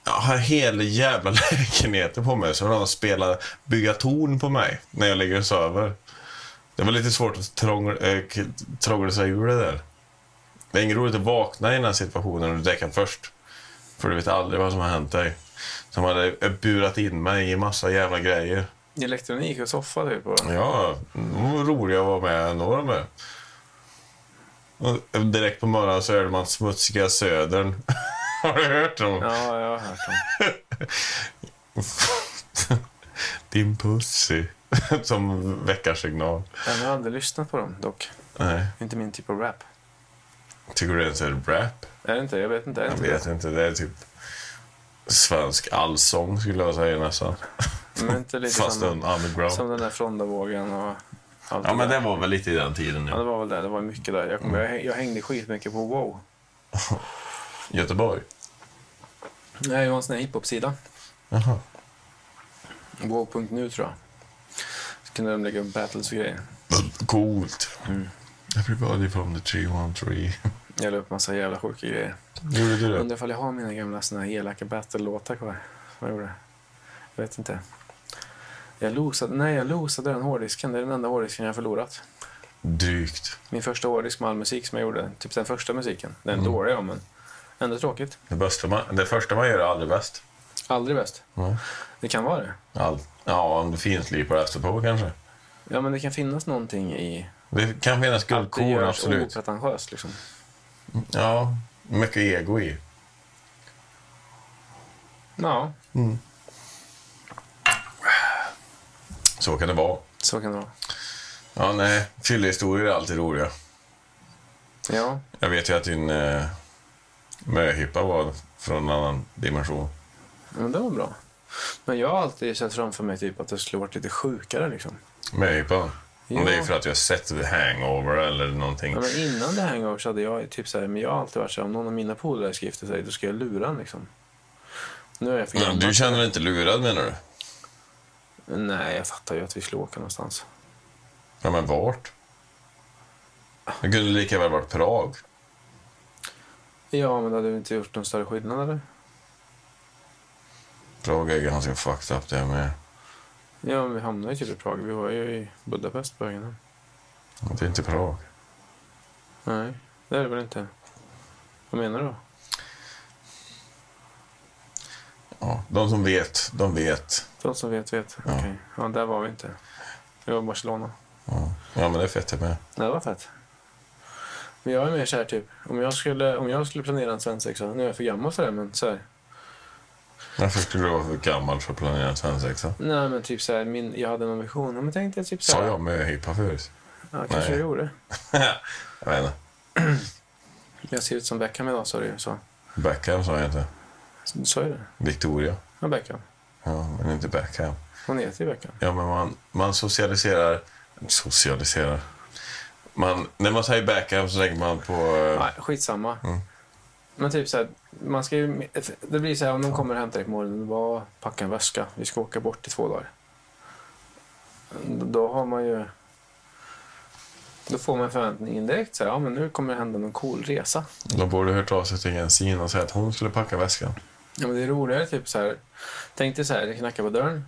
Speaker 2: Jag har hela jävla *laughs* lägenheten på mig. Så de spelar bygga torn på mig när jag ligger och sover. Det var lite svårt att trångla, äh, trångla sig ur det där. Det är inget roligt att vakna i den här situationen och du däckar först. För du vet aldrig vad som har hänt dig. Som hade burat in mig i massa jävla grejer.
Speaker 1: Elektronik och soffa typ. Och...
Speaker 2: Ja, de var roliga att vara med ändå de här. Och direkt på morgonen så hörde man smutsiga södern. *laughs* har du hört dem?
Speaker 1: Ja, jag har hört om.
Speaker 2: Din pussy. *laughs* som väckarsignal.
Speaker 1: Men Jag har aldrig lyssnat på dem dock.
Speaker 2: Nej,
Speaker 1: Inte min typ av rap.
Speaker 2: tycker du ens är det rap?
Speaker 1: Är det inte? Jag vet inte. Är det
Speaker 2: Jag
Speaker 1: inte
Speaker 2: vet inte, det är typ svensk allsång skulle jag säga nästan.
Speaker 1: det? Men inte lite
Speaker 2: Fast en
Speaker 1: som,
Speaker 2: underground.
Speaker 1: som den där Frondavågen och allt
Speaker 2: Ja men
Speaker 1: där.
Speaker 2: det Mm. var väl lite i den tiden
Speaker 1: Ja, det
Speaker 2: ja.
Speaker 1: var väl det. Det var mycket där. Jag, kommer- jag, häng- jag hängde skitmycket på Wow.
Speaker 2: Göteborg.
Speaker 1: Nej, det var en sån här hiphop-sida.
Speaker 2: Jaha.
Speaker 1: Wow.nu tror jag. Så kunde de lägga upp battles och grejer.
Speaker 2: Coolt.
Speaker 1: Mm.
Speaker 2: Everybody from the 313.
Speaker 1: Jag la upp massa jävla sjuka grejer.
Speaker 2: Gjorde du det?
Speaker 1: Undrar ifall jag har mina gamla såna här elaka battle-låtar kvar. Vad gjorde jag? Jag vet inte. Jag losade, nej, jag losade den hårddisken. Det är den enda hårddisken jag har förlorat.
Speaker 2: Drygt.
Speaker 1: Min första hårddisk med all musik som jag gjorde. Typ den första musiken. Den
Speaker 2: Mm.
Speaker 1: dåliga, ja, men ändå tråkigt.
Speaker 2: Det, bästa man, det första man gör är aldrig bäst.
Speaker 1: Aldrig bäst.
Speaker 2: Mm.
Speaker 1: Det kan vara det.
Speaker 2: All, ja, om du finslipar efterpå kanske.
Speaker 1: Ja, men det kan finnas någonting i
Speaker 2: Det kan finnas
Speaker 1: att det
Speaker 2: guldkorn,
Speaker 1: görs
Speaker 2: absolut.
Speaker 1: opretentiöst. Liksom.
Speaker 2: Ja, mycket ego i.
Speaker 1: Ja,
Speaker 2: Så kan det vara.
Speaker 1: så kan det vara.
Speaker 2: Ja, nej. Fyllehistorier är alltid roliga.
Speaker 1: Ja,
Speaker 2: Jag vet ju att din eh, möhippa var från en annan dimension.
Speaker 1: men det var bra. Men jag har alltid sett framför mig typ att det skulle varit lite sjukare. Liksom.
Speaker 2: Möhippan?
Speaker 1: Ja.
Speaker 2: Det är ju för att jag har sett The Hangover eller någonting.
Speaker 1: Ja, men innan det hangover så hade jag typ så här, men jag har alltid varit så här, om någon av mina polare ska gifta sig, då ska jag lura honom liksom. Nu är jag för
Speaker 2: Ja,
Speaker 1: gammal.
Speaker 2: du känner dig inte lurad menar du?
Speaker 1: Nej, jag fattar ju att vi skulle åka någonstans.
Speaker 2: Ja, men vart? Det kunde lika väl varit Prag.
Speaker 1: Ja, men det hade väl inte gjort någon större skillnad eller?
Speaker 2: Prag är ganska fucked up det med.
Speaker 1: Ja, men vi hamnade ju typ i Prag. Vi var ju i Budapest på vägen hem.
Speaker 2: Det är inte Prag.
Speaker 1: Nej, det är det väl inte. Vad menar du då?
Speaker 2: Ja, de som vet, de vet.
Speaker 1: De som vet vet. Okej. Ja, där var vi inte. Vi var i Barcelona.
Speaker 2: Ja, ja men det är fett det med.
Speaker 1: Nej, det var fett. Men jag är mer så här typ, om jag skulle, om jag skulle planera en svensexa, nu är jag för gammal för det, men så här.
Speaker 2: Varför skulle du vara för gammal för att planera en svensexa?
Speaker 1: Nej, men typ så här, min, jag hade någon vision. Ja, Men tänkte jag typ så
Speaker 2: Sa
Speaker 1: här.
Speaker 2: jag möhippa förut? *laughs*
Speaker 1: Ja, kanske
Speaker 2: Nej.
Speaker 1: jag gjorde.
Speaker 2: jag vet inte.
Speaker 1: Jag ser ut som Beckham idag, sa du ju. Så.
Speaker 2: Beckham sa jag inte.
Speaker 1: Så- Sa jag det?
Speaker 2: Victoria.
Speaker 1: Ja, Beckham.
Speaker 2: Ja, men inte Beckham.
Speaker 1: Hon heter ju Beckham.
Speaker 2: Ja, men man, man socialiserar... Socialiserar? Man, när man säger Beckham så tänker man på... eh,
Speaker 1: Nej, skitsamma. Men typ så här, man ska ju, det blir så här om de kommer och hämtar dig på morgonen, bara packa en väska, vi ska åka bort i två dagar. Då har man ju, då får man förväntningen direkt så här, ja men nu kommer det hända någon cool resa.
Speaker 2: De borde hört av sig till Jensin och säga att hon skulle packa väskan. *laughs*
Speaker 1: Ja, men det är roligare typ så här. Tänk dig så här, det knackar på dörren.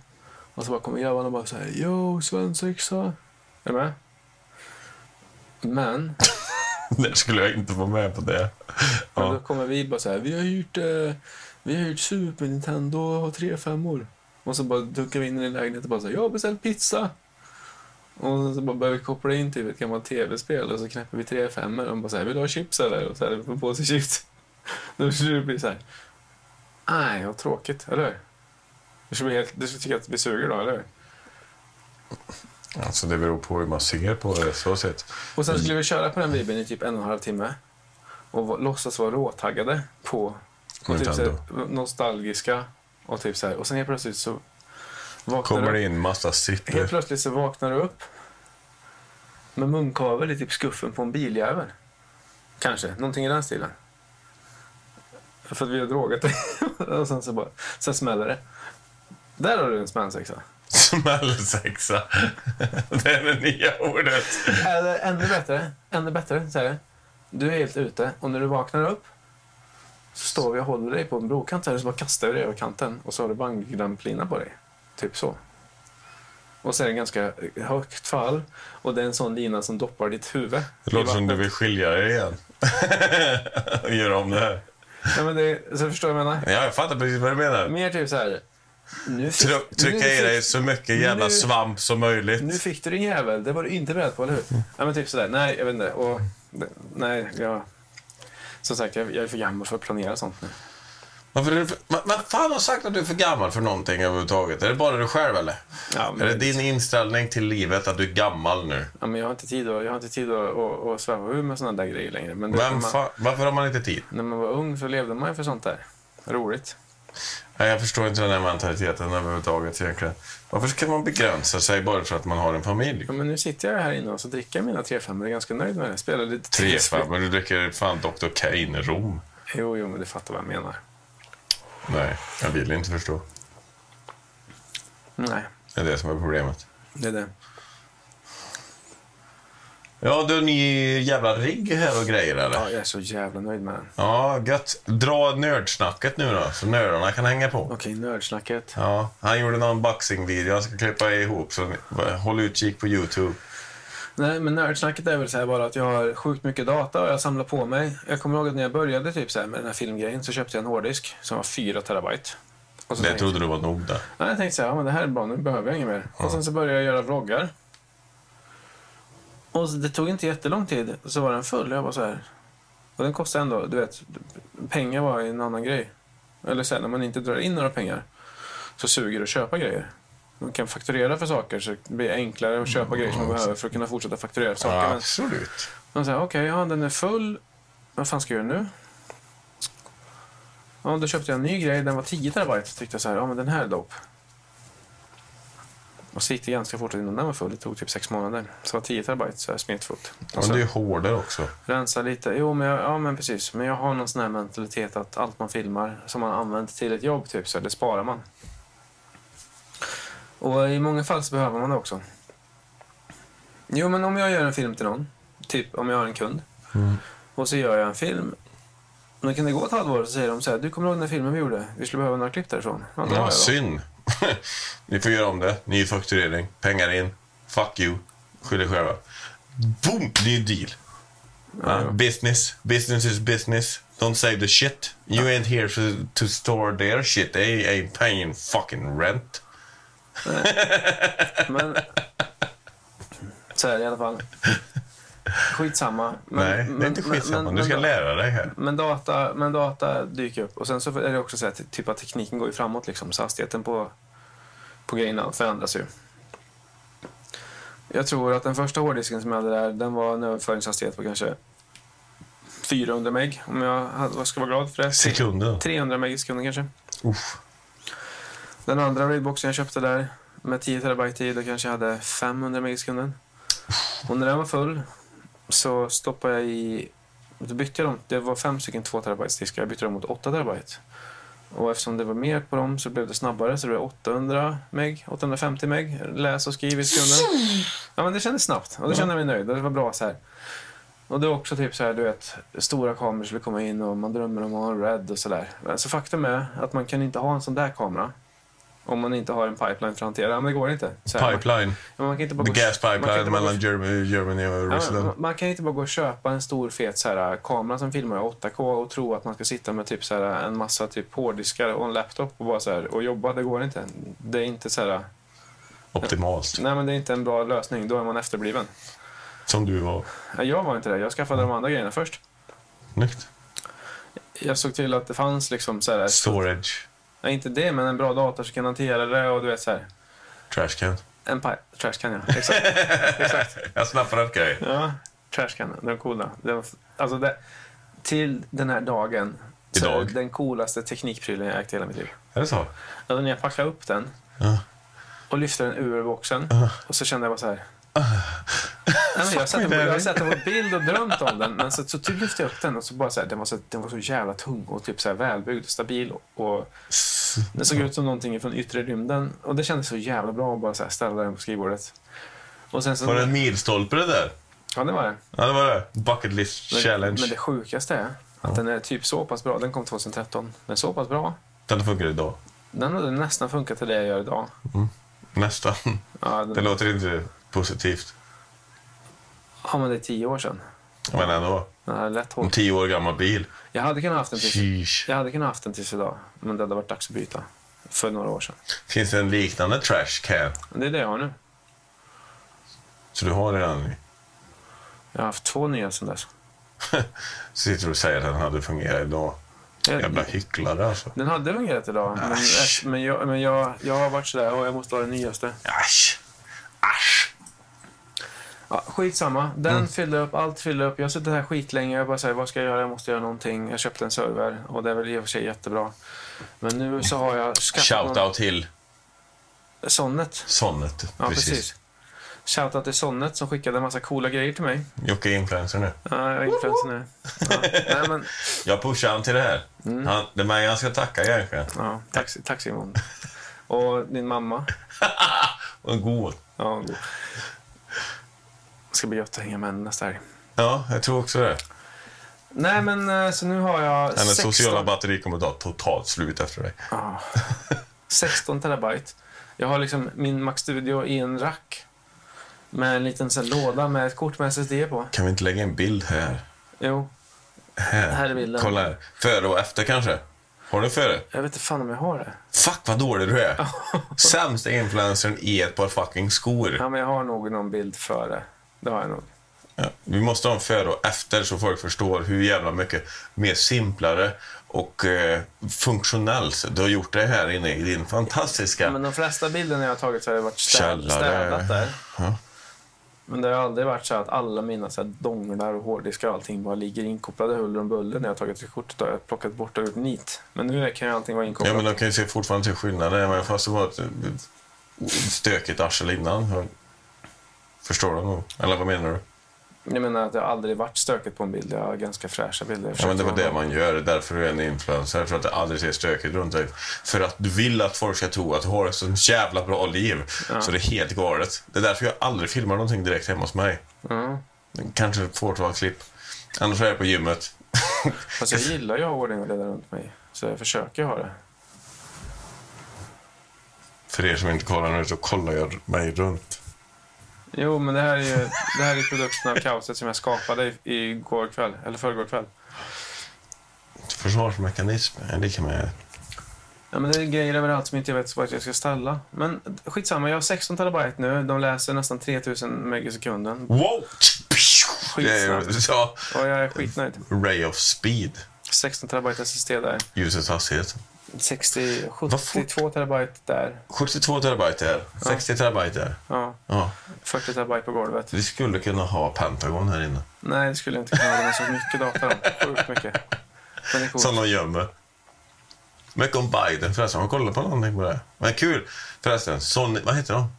Speaker 1: Och så bara kommer grabbarna och bara så här. Jo, svensexa. Är du med? Men,
Speaker 2: Där skulle jag inte vara med på det.
Speaker 1: men då
Speaker 2: Ja.
Speaker 1: kommer vi bara så här, vi har gjort, eh, vi har gjort Super Nintendo och tre femmor. Och så bara duckar vi in i lägenheten och bara så här, jag har beställt pizza. Och så bara börjar vi koppla in typ ett gammalt tv-spel och så knäpper vi tre femmor och bara så här, vill du ha chips eller? Och så här, på påse chips. *laughs* Då skulle det bli så här, nej vad tråkigt, eller hur? Du skulle, bli helt, du skulle tycka att vi suger då, eller hur?
Speaker 2: Alltså det beror på hur man ser på det. Så sett.
Speaker 1: Och sen skulle vi köra på den vibben i typ en och en halv timme. Och va- låtsas vara råtaggade på och typ så
Speaker 2: Nintendo.
Speaker 1: här, nostalgiska. Och, typ så här. och sen helt plötsligt så vaknar
Speaker 2: Kommer
Speaker 1: du
Speaker 2: det in massa
Speaker 1: upp. Helt
Speaker 2: sitter.
Speaker 1: plötsligt så vaknar du upp med munkavel i typ skuffen på en biljävel. Kanske, någonting i den stilen. För att vi har drogat dig. *laughs* och sen så bara, sen smäller det. Där har du en smällsexa.
Speaker 2: *laughs* Smällsexa. *laughs* det är det nya ordet.
Speaker 1: Eller ännu bättre, ännu bättre så här. Du är helt ute och när du vaknar upp så står vi och håller dig på en brokant så här, så bara kastar vi dig över kanten och så har du bungyjump-lina på dig. Typ så. Och så är det ganska högt fall och det är en sån lina som doppar ditt huvud.
Speaker 2: Det låter som du vill skilja dig igen. *laughs* Och Göra om det här.
Speaker 1: Ja, men det, så förstår jag vad jag menar?
Speaker 2: Ja, jag fattar precis vad du menar.
Speaker 1: Mer typ så här. Nu fick,
Speaker 2: Tryck- Trycka
Speaker 1: nu
Speaker 2: i
Speaker 1: fick-
Speaker 2: dig så mycket jävla
Speaker 1: nu-
Speaker 2: svamp som
Speaker 1: Nu
Speaker 2: möjligt.
Speaker 1: fick du din jävel, det var du inte beredd på, eller hur?
Speaker 2: Mm.
Speaker 1: Ja, men typ sådär. Nej, jag vet inte. Och, nej, jag... Som sagt, jag, jag är för gammal för att planera sånt nu.
Speaker 2: Varför är du för... Men men fan har sagt att du är för gammal för någonting överhuvudtaget? Är det bara du själv eller?
Speaker 1: Ja,
Speaker 2: Är det
Speaker 1: men,
Speaker 2: din inställning till livet att du är gammal nu?
Speaker 1: ja, men jag har inte tid att, jag har inte tid att, att, att sväva ur med såna där grejer längre. Men det, när,
Speaker 2: Vem
Speaker 1: man,
Speaker 2: fa... Varför har man inte tid?
Speaker 1: när man var ung så levde man ju för sånt där. Roligt.
Speaker 2: Nej, jag förstår inte den här mentaliteten överhuvudtaget egentligen. Varför ska man begränsa sig bara för att man har en familj?
Speaker 1: Ja, men nu sitter jag här inne och så dricker jag mina 3-5 och är ganska nöjd med det. Spelar lite
Speaker 2: Tre
Speaker 1: tv-spel.
Speaker 2: fem, men du dricker fan Dr. Kane rom.
Speaker 1: Jo, jo, men du fattar vad jag menar.
Speaker 2: Nej, jag vill inte förstå.
Speaker 1: Nej,
Speaker 2: Det är det som är problemet.
Speaker 1: det är det.
Speaker 2: Ja, du har en ny jävla rigg här och grejer eller?
Speaker 1: Ja, jag är så jävla nöjd med den.
Speaker 2: Ja, gött. Dra nördsnacket nu då, så nördarna kan hänga på.
Speaker 1: Okej, nördsnacket.
Speaker 2: Ja, han gjorde en unboxing-video han ska klippa ihop, så ni- håll utkik på YouTube.
Speaker 1: Nej, men nördsnacket är väl så här bara att jag har sjukt mycket data och jag samlar på mig. Jag kommer ihåg att när jag började typ så här med den här filmgrejen så köpte jag en hårddisk som var 4 terabyte. Och så
Speaker 2: Det
Speaker 1: tänkte-
Speaker 2: trodde du var nog där.
Speaker 1: Nej, jag tänkte så här, ja, men det här är bra, nu behöver jag inget mer. Och sen så började jag göra vloggar. Och så- det tog inte jättelång tid, så var den full. Jag var så här. Och den kostade ändå, du vet, pengar var en annan grej. Eller så här, när man inte drar in några pengar så suger det att köpa grejer. Man kan fakturera för saker så det blir enklare att köpa grejer som man behöver för att kunna fortsätta fakturera för saker. Men
Speaker 2: absolut.
Speaker 1: man säger, okej, ja, den är full. Vad fan ska jag göra nu? Ja, då köpte jag en ny grej. Den var 10 terabyte. Så tyckte jag så här, ja men den här är dope. Och så gick det ganska fort innan den var full. Det tog typ sex månader. Så var 10 terabyte så här smetfullt. Och
Speaker 2: Men
Speaker 1: så
Speaker 2: du är hårdare också.
Speaker 1: rensa lite. Jo, men jag, ja men precis. Men jag har någon sån här mentalitet att allt man filmar som man har använt till ett jobb, typ så här, det sparar man. Och i många fall så behöver man det också. Jo, men om jag gör en film till någon, typ om jag har en kund,
Speaker 2: Mm.
Speaker 1: och så gör jag en film. Men kan det gå ett halvår och så säger de så här, du kommer ihåg den här filmen vi gjorde? Vi skulle behöva några klipp därifrån. Ja, det har
Speaker 2: Ja,
Speaker 1: jag då.
Speaker 2: synd. *laughs* Ni får göra om det. Ny fakturering. Pengar in. Fuck you. Skyll er själva. Boom! Ny deal. Ja, business. Business is business. Don't save the shit. You ain't here to, to store their shit. They ain't paying fucking rent.
Speaker 1: Men... Så här i
Speaker 2: *laughs*
Speaker 1: alla fall. Skitsamma. Men,
Speaker 2: Nej, det är inte skitsamma. du ska
Speaker 1: men-
Speaker 2: lära dig här.
Speaker 1: Men data, men data dyker upp. Och sen så är det också så att typ att tekniken går ju framåt liksom. Så hastigheten på, på grejerna förändras ju. Jag tror att den första hårddisken som jag hade där, den var en överföringshastighet på kanske 400 meg. Om jag hade- jag ska vara glad för det.
Speaker 2: Sekunden.
Speaker 1: 300 meg i sekunden kanske.
Speaker 2: Uff.
Speaker 1: Den andra raidboxen jag köpte där med 10 terabyte i, då kanske jag hade 500 meg i sekunden. Och när den var full så stoppade jag i... Då bytte jag dem. Det var fem stycken 2 terabytes diskar. Jag bytte dem mot 8 terabyte. Och eftersom det var mer på dem så blev det snabbare. Så det blev 800 meg, 850 meg. Läs och skriv i sekunden. Ja, men det kändes snabbt. Och då kände jag mig nöjd. Det var bra så här. Och det är också typ så här, du vet, stora kameror skulle komma in och man drömmer om att ha en RED och sådär. Så faktum är att man kan inte ha en sån där kamera Om man inte har en pipeline för att hantera det. Ja, Men det går inte. Så här,
Speaker 2: Pipeline.
Speaker 1: Man, man kan inte bara
Speaker 2: The
Speaker 1: gå-
Speaker 2: gas
Speaker 1: man kan inte
Speaker 2: pipeline
Speaker 1: bara gå-
Speaker 2: mellan Germany, Germany och
Speaker 1: Ja, men
Speaker 2: Ryssland.
Speaker 1: man- man kan inte bara gå och köpa en stor fet så här, äh, kamera som filmar i 8K och tro att man ska sitta med typ, så här, en massa typ, hårddiskar och en laptop och, bara, så här, och jobba. Det går inte. Det är inte, så här, äh,
Speaker 2: Optimalt.
Speaker 1: nej, men det är inte en bra lösning. Då är man efterbliven.
Speaker 2: Som du var.
Speaker 1: Nej, Jag var inte det. Jag skaffade de andra grejerna först.
Speaker 2: Snyggt.
Speaker 1: Jag såg till att det fanns liksom så här,
Speaker 2: Storage.
Speaker 1: nej, inte det, men en bra dator som kan hantera det och du vet så här,
Speaker 2: Trashcan.
Speaker 1: en pi- trashcan ja. *laughs* Exakt.
Speaker 2: Jag snappar upp grejer.
Speaker 1: ja trashcan, den coola. Den, alltså det, till den här dagen så är
Speaker 2: Idag.
Speaker 1: det den coolaste teknikprylen jag ägt i hela mitt liv.
Speaker 2: Är det så?
Speaker 1: Alltså när jag packade upp den
Speaker 2: Ja.
Speaker 1: och lyfte den ur boxen och så kände jag bara så här. Nej, men jag, har sett
Speaker 2: Ah. me,
Speaker 1: den på, jag har
Speaker 2: Daddy.
Speaker 1: sett den på bild och drömt om den. Men så, så typ lyfte jag upp den och så bara så här, den, var så, den var så jävla tung och typ så här välbyggd och stabil. Och, och den såg ut som någonting från yttre rymden. Och det kändes så jävla bra att bara så här ställa den på skrivbordet. Och sen så,
Speaker 2: Var det en milstolpe det där?
Speaker 1: Ja, det var det.
Speaker 2: Ja, det var det. Bucket list
Speaker 1: Men,
Speaker 2: challenge.
Speaker 1: men det sjukaste är att den är typ så pass bra. Den kom 2013. Den är så pass bra.
Speaker 2: Den funkar idag.
Speaker 1: Den hade nästan funkat till det jag gör idag.
Speaker 2: Nästan.
Speaker 1: Ja, den,
Speaker 2: Det låter inte positivt.
Speaker 1: ja men det är tio år sedan.
Speaker 2: Men ändå.
Speaker 1: Den hade lätt hållit
Speaker 2: En tio år gammal bil.
Speaker 1: Jag hade kunnat haft den tills,
Speaker 2: Sheesh.
Speaker 1: jag hade kunnat haft den tills idag, men det hade varit dags att byta. För några år sedan.
Speaker 2: Finns det en liknande trash can?
Speaker 1: Men Det är det jag har nu.
Speaker 2: Så du har redan...
Speaker 1: Jag har haft två nya sedan dess.
Speaker 2: Så sitter du och säger att den hade fungerat idag.
Speaker 1: Jag-
Speaker 2: Jävla hycklare alltså.
Speaker 1: Den hade fungerat idag, men,
Speaker 2: Asch.
Speaker 1: men, jag, men jag, jag har varit sådär, och jag måste ha den nyaste.
Speaker 2: Asch! Asch!
Speaker 1: Ja, skitsamma, den fyllde upp, allt fyllde upp. Jag har suttit här skitlänge, jag bara säger vad ska jag göra, jag måste göra någonting. Jag köpte en server och det är väl i och för sig jättebra. Men nu så har jag skaffat
Speaker 2: Shoutout till
Speaker 1: någon- Sonnet.
Speaker 2: Sonnet.
Speaker 1: Ja, precis. Shoutout till Sonnet som skickade en massa coola grejer till mig.
Speaker 2: Jocke är influencer nu.
Speaker 1: Ja, jag är influencer nu. Ja. Nej, men,
Speaker 2: Jag pushar han till det här.
Speaker 1: Mm.
Speaker 2: Han, det är mig han ska tacka egentligen.
Speaker 1: Ja, taxi, tack Simon. Och din mamma.
Speaker 2: Och god.
Speaker 1: Ja, god. Det ska bli gött att hänga med henne nästa helg.
Speaker 2: Ja, jag tror också det.
Speaker 1: Nej, men eh, så nu har jag
Speaker 2: Hennes
Speaker 1: 16,
Speaker 2: sociala batteri kommer ta totalt slut efter dig.
Speaker 1: Ja. 16 terabyte. Jag har liksom min Mac Studio i en rack. Med en liten sån här låda med ett kort med SSD på.
Speaker 2: Kan vi inte lägga en bild här?
Speaker 1: Jo,
Speaker 2: Här,
Speaker 1: Här är bilden.
Speaker 2: Kolla här. Före och efter kanske. Har du före?
Speaker 1: jag vet inte fan om jag har det.
Speaker 2: Fuck vad dålig du
Speaker 1: *laughs*
Speaker 2: är. Sämsta influencern i ett par fucking skor.
Speaker 1: Ja, men jag har nog någon bild före. Det har jag nog.
Speaker 2: Ja. Vi måste ha en före och efter så folk förstår hur jävla mycket mer simplare och eh, funktionellt du har gjort det här inne i din fantastiska...
Speaker 1: Men de flesta bilderna jag har tagit så har det varit städ,
Speaker 2: Källare.
Speaker 1: städat där.
Speaker 2: Ja.
Speaker 1: Men det har aldrig varit så att alla mina så här donglar och hårddiskar och allting bara ligger inkopplade huller om buller när jag har tagit kortet och jag har plockat bort och gjort nit. Men nu kan ju allting vara
Speaker 2: Ja,
Speaker 1: inkopplat.
Speaker 2: men de kan ju se fortfarande se skillnader, men fast det var ett ett stökigt arsel innan. Förstår du nog? Eller vad menar du?
Speaker 1: Jag menar att det har aldrig varit stökigt på en bild. Jag har ganska fräscha bilder. Jag
Speaker 2: Ja, men det var
Speaker 1: försöker
Speaker 2: det
Speaker 1: vara-
Speaker 2: man gör, därför du är en influencer. För att det aldrig ser stökigt runt dig. För att du vill att folk ska tro att du har ett sånt jävla bra liv. Så det är helt galet. Det är därför jag aldrig filmar någonting direkt hemma hos mig.
Speaker 1: Mm.
Speaker 2: Kanske ett fåtal klipp. Annars är jag på gymmet.
Speaker 1: Fast jag gillar ju att ha ordning och reda runt mig. Så jag försöker ha det.
Speaker 2: För er som inte kollar nu så kollar jag mig runt.
Speaker 1: Jo, men det här är ju det här är produkten av kaoset som jag skapade i- igår kväll. Eller förrgår kväll.
Speaker 2: Försvarsmekanism är lika med...
Speaker 1: Ja, men det är grejer överallt som inte jag vet vart jag ska ställa. Men skitsamma, jag har 16 terabyte nu. De läser nästan 3000 meg i sekunden.
Speaker 2: Wow! Det är,
Speaker 1: Skitsnabbt.
Speaker 2: ja,
Speaker 1: Och jag är skitnöjd.
Speaker 2: Ray of Speed.
Speaker 1: 16 terabyte SSD där.
Speaker 2: Ljusets hastighet.
Speaker 1: 60,
Speaker 2: Vad fort.
Speaker 1: 72 terabyte där.
Speaker 2: 72 terabyte där. 60 terabyte där.
Speaker 1: Ja,
Speaker 2: Ja.
Speaker 1: 40 terabyte på golvet.
Speaker 2: Vi skulle kunna ha Pentagon här inne.
Speaker 1: Nej, det skulle jag inte kunna ha. Det var så mycket data då. Sjukt mycket. Men det är coolt.
Speaker 2: Som de gömmer. Mycket om Biden förresten. Har du kollat på någonting på det? Men kul. Förresten, Son vad heter de?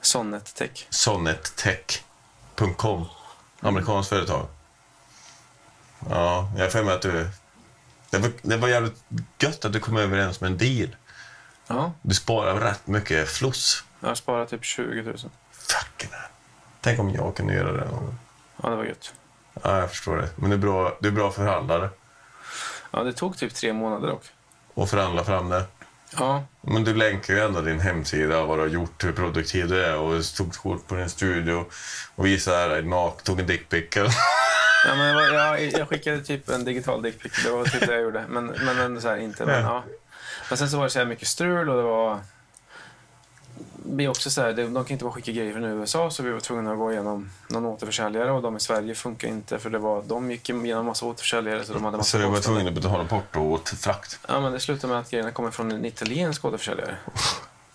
Speaker 1: Sonnet Tech.
Speaker 2: Sonnettech.com. Amerikanskt företag. Ja, jag har för mig att du... Det var, det var jävligt gött att du kom överens med en deal.
Speaker 1: Ja,
Speaker 2: Du sparar rätt mycket floss.
Speaker 1: jag har sparat typ 20 000.
Speaker 2: Fucking hell. Tänk om jag kunde göra det någon gång.
Speaker 1: Ja, det var gött.
Speaker 2: Ja, jag förstår det. Men du är bra, du är bra förhandlare.
Speaker 1: Ja, det tog typ tre månader dock.
Speaker 2: Och förhandla fram det.
Speaker 1: Ja,
Speaker 2: Men du länkar ju ändå din hemsida, vad du har gjort, hur produktiv du är och tog kort på din studio och visade naken, tog en dickpic. eller-
Speaker 1: ja men jag, jag, jag skickade typ en digital dickpic. Det var typ det jag gjorde. Men, men ändå så här, inte. Men, ja. men sen så var det så här mycket strul och det var... Vi är också så här, det- de kan inte bara skicka grejer från USA så vi var tvungna att gå igenom någon återförsäljare och de i Sverige funkar inte för det var, de gick igenom massa återförsäljare så de hade massa
Speaker 2: Så du var
Speaker 1: kostnader.
Speaker 2: tvungen att betala porto och t- frakt.
Speaker 1: Ja men det slutade med att grejerna kommer från en italiensk återförsäljare.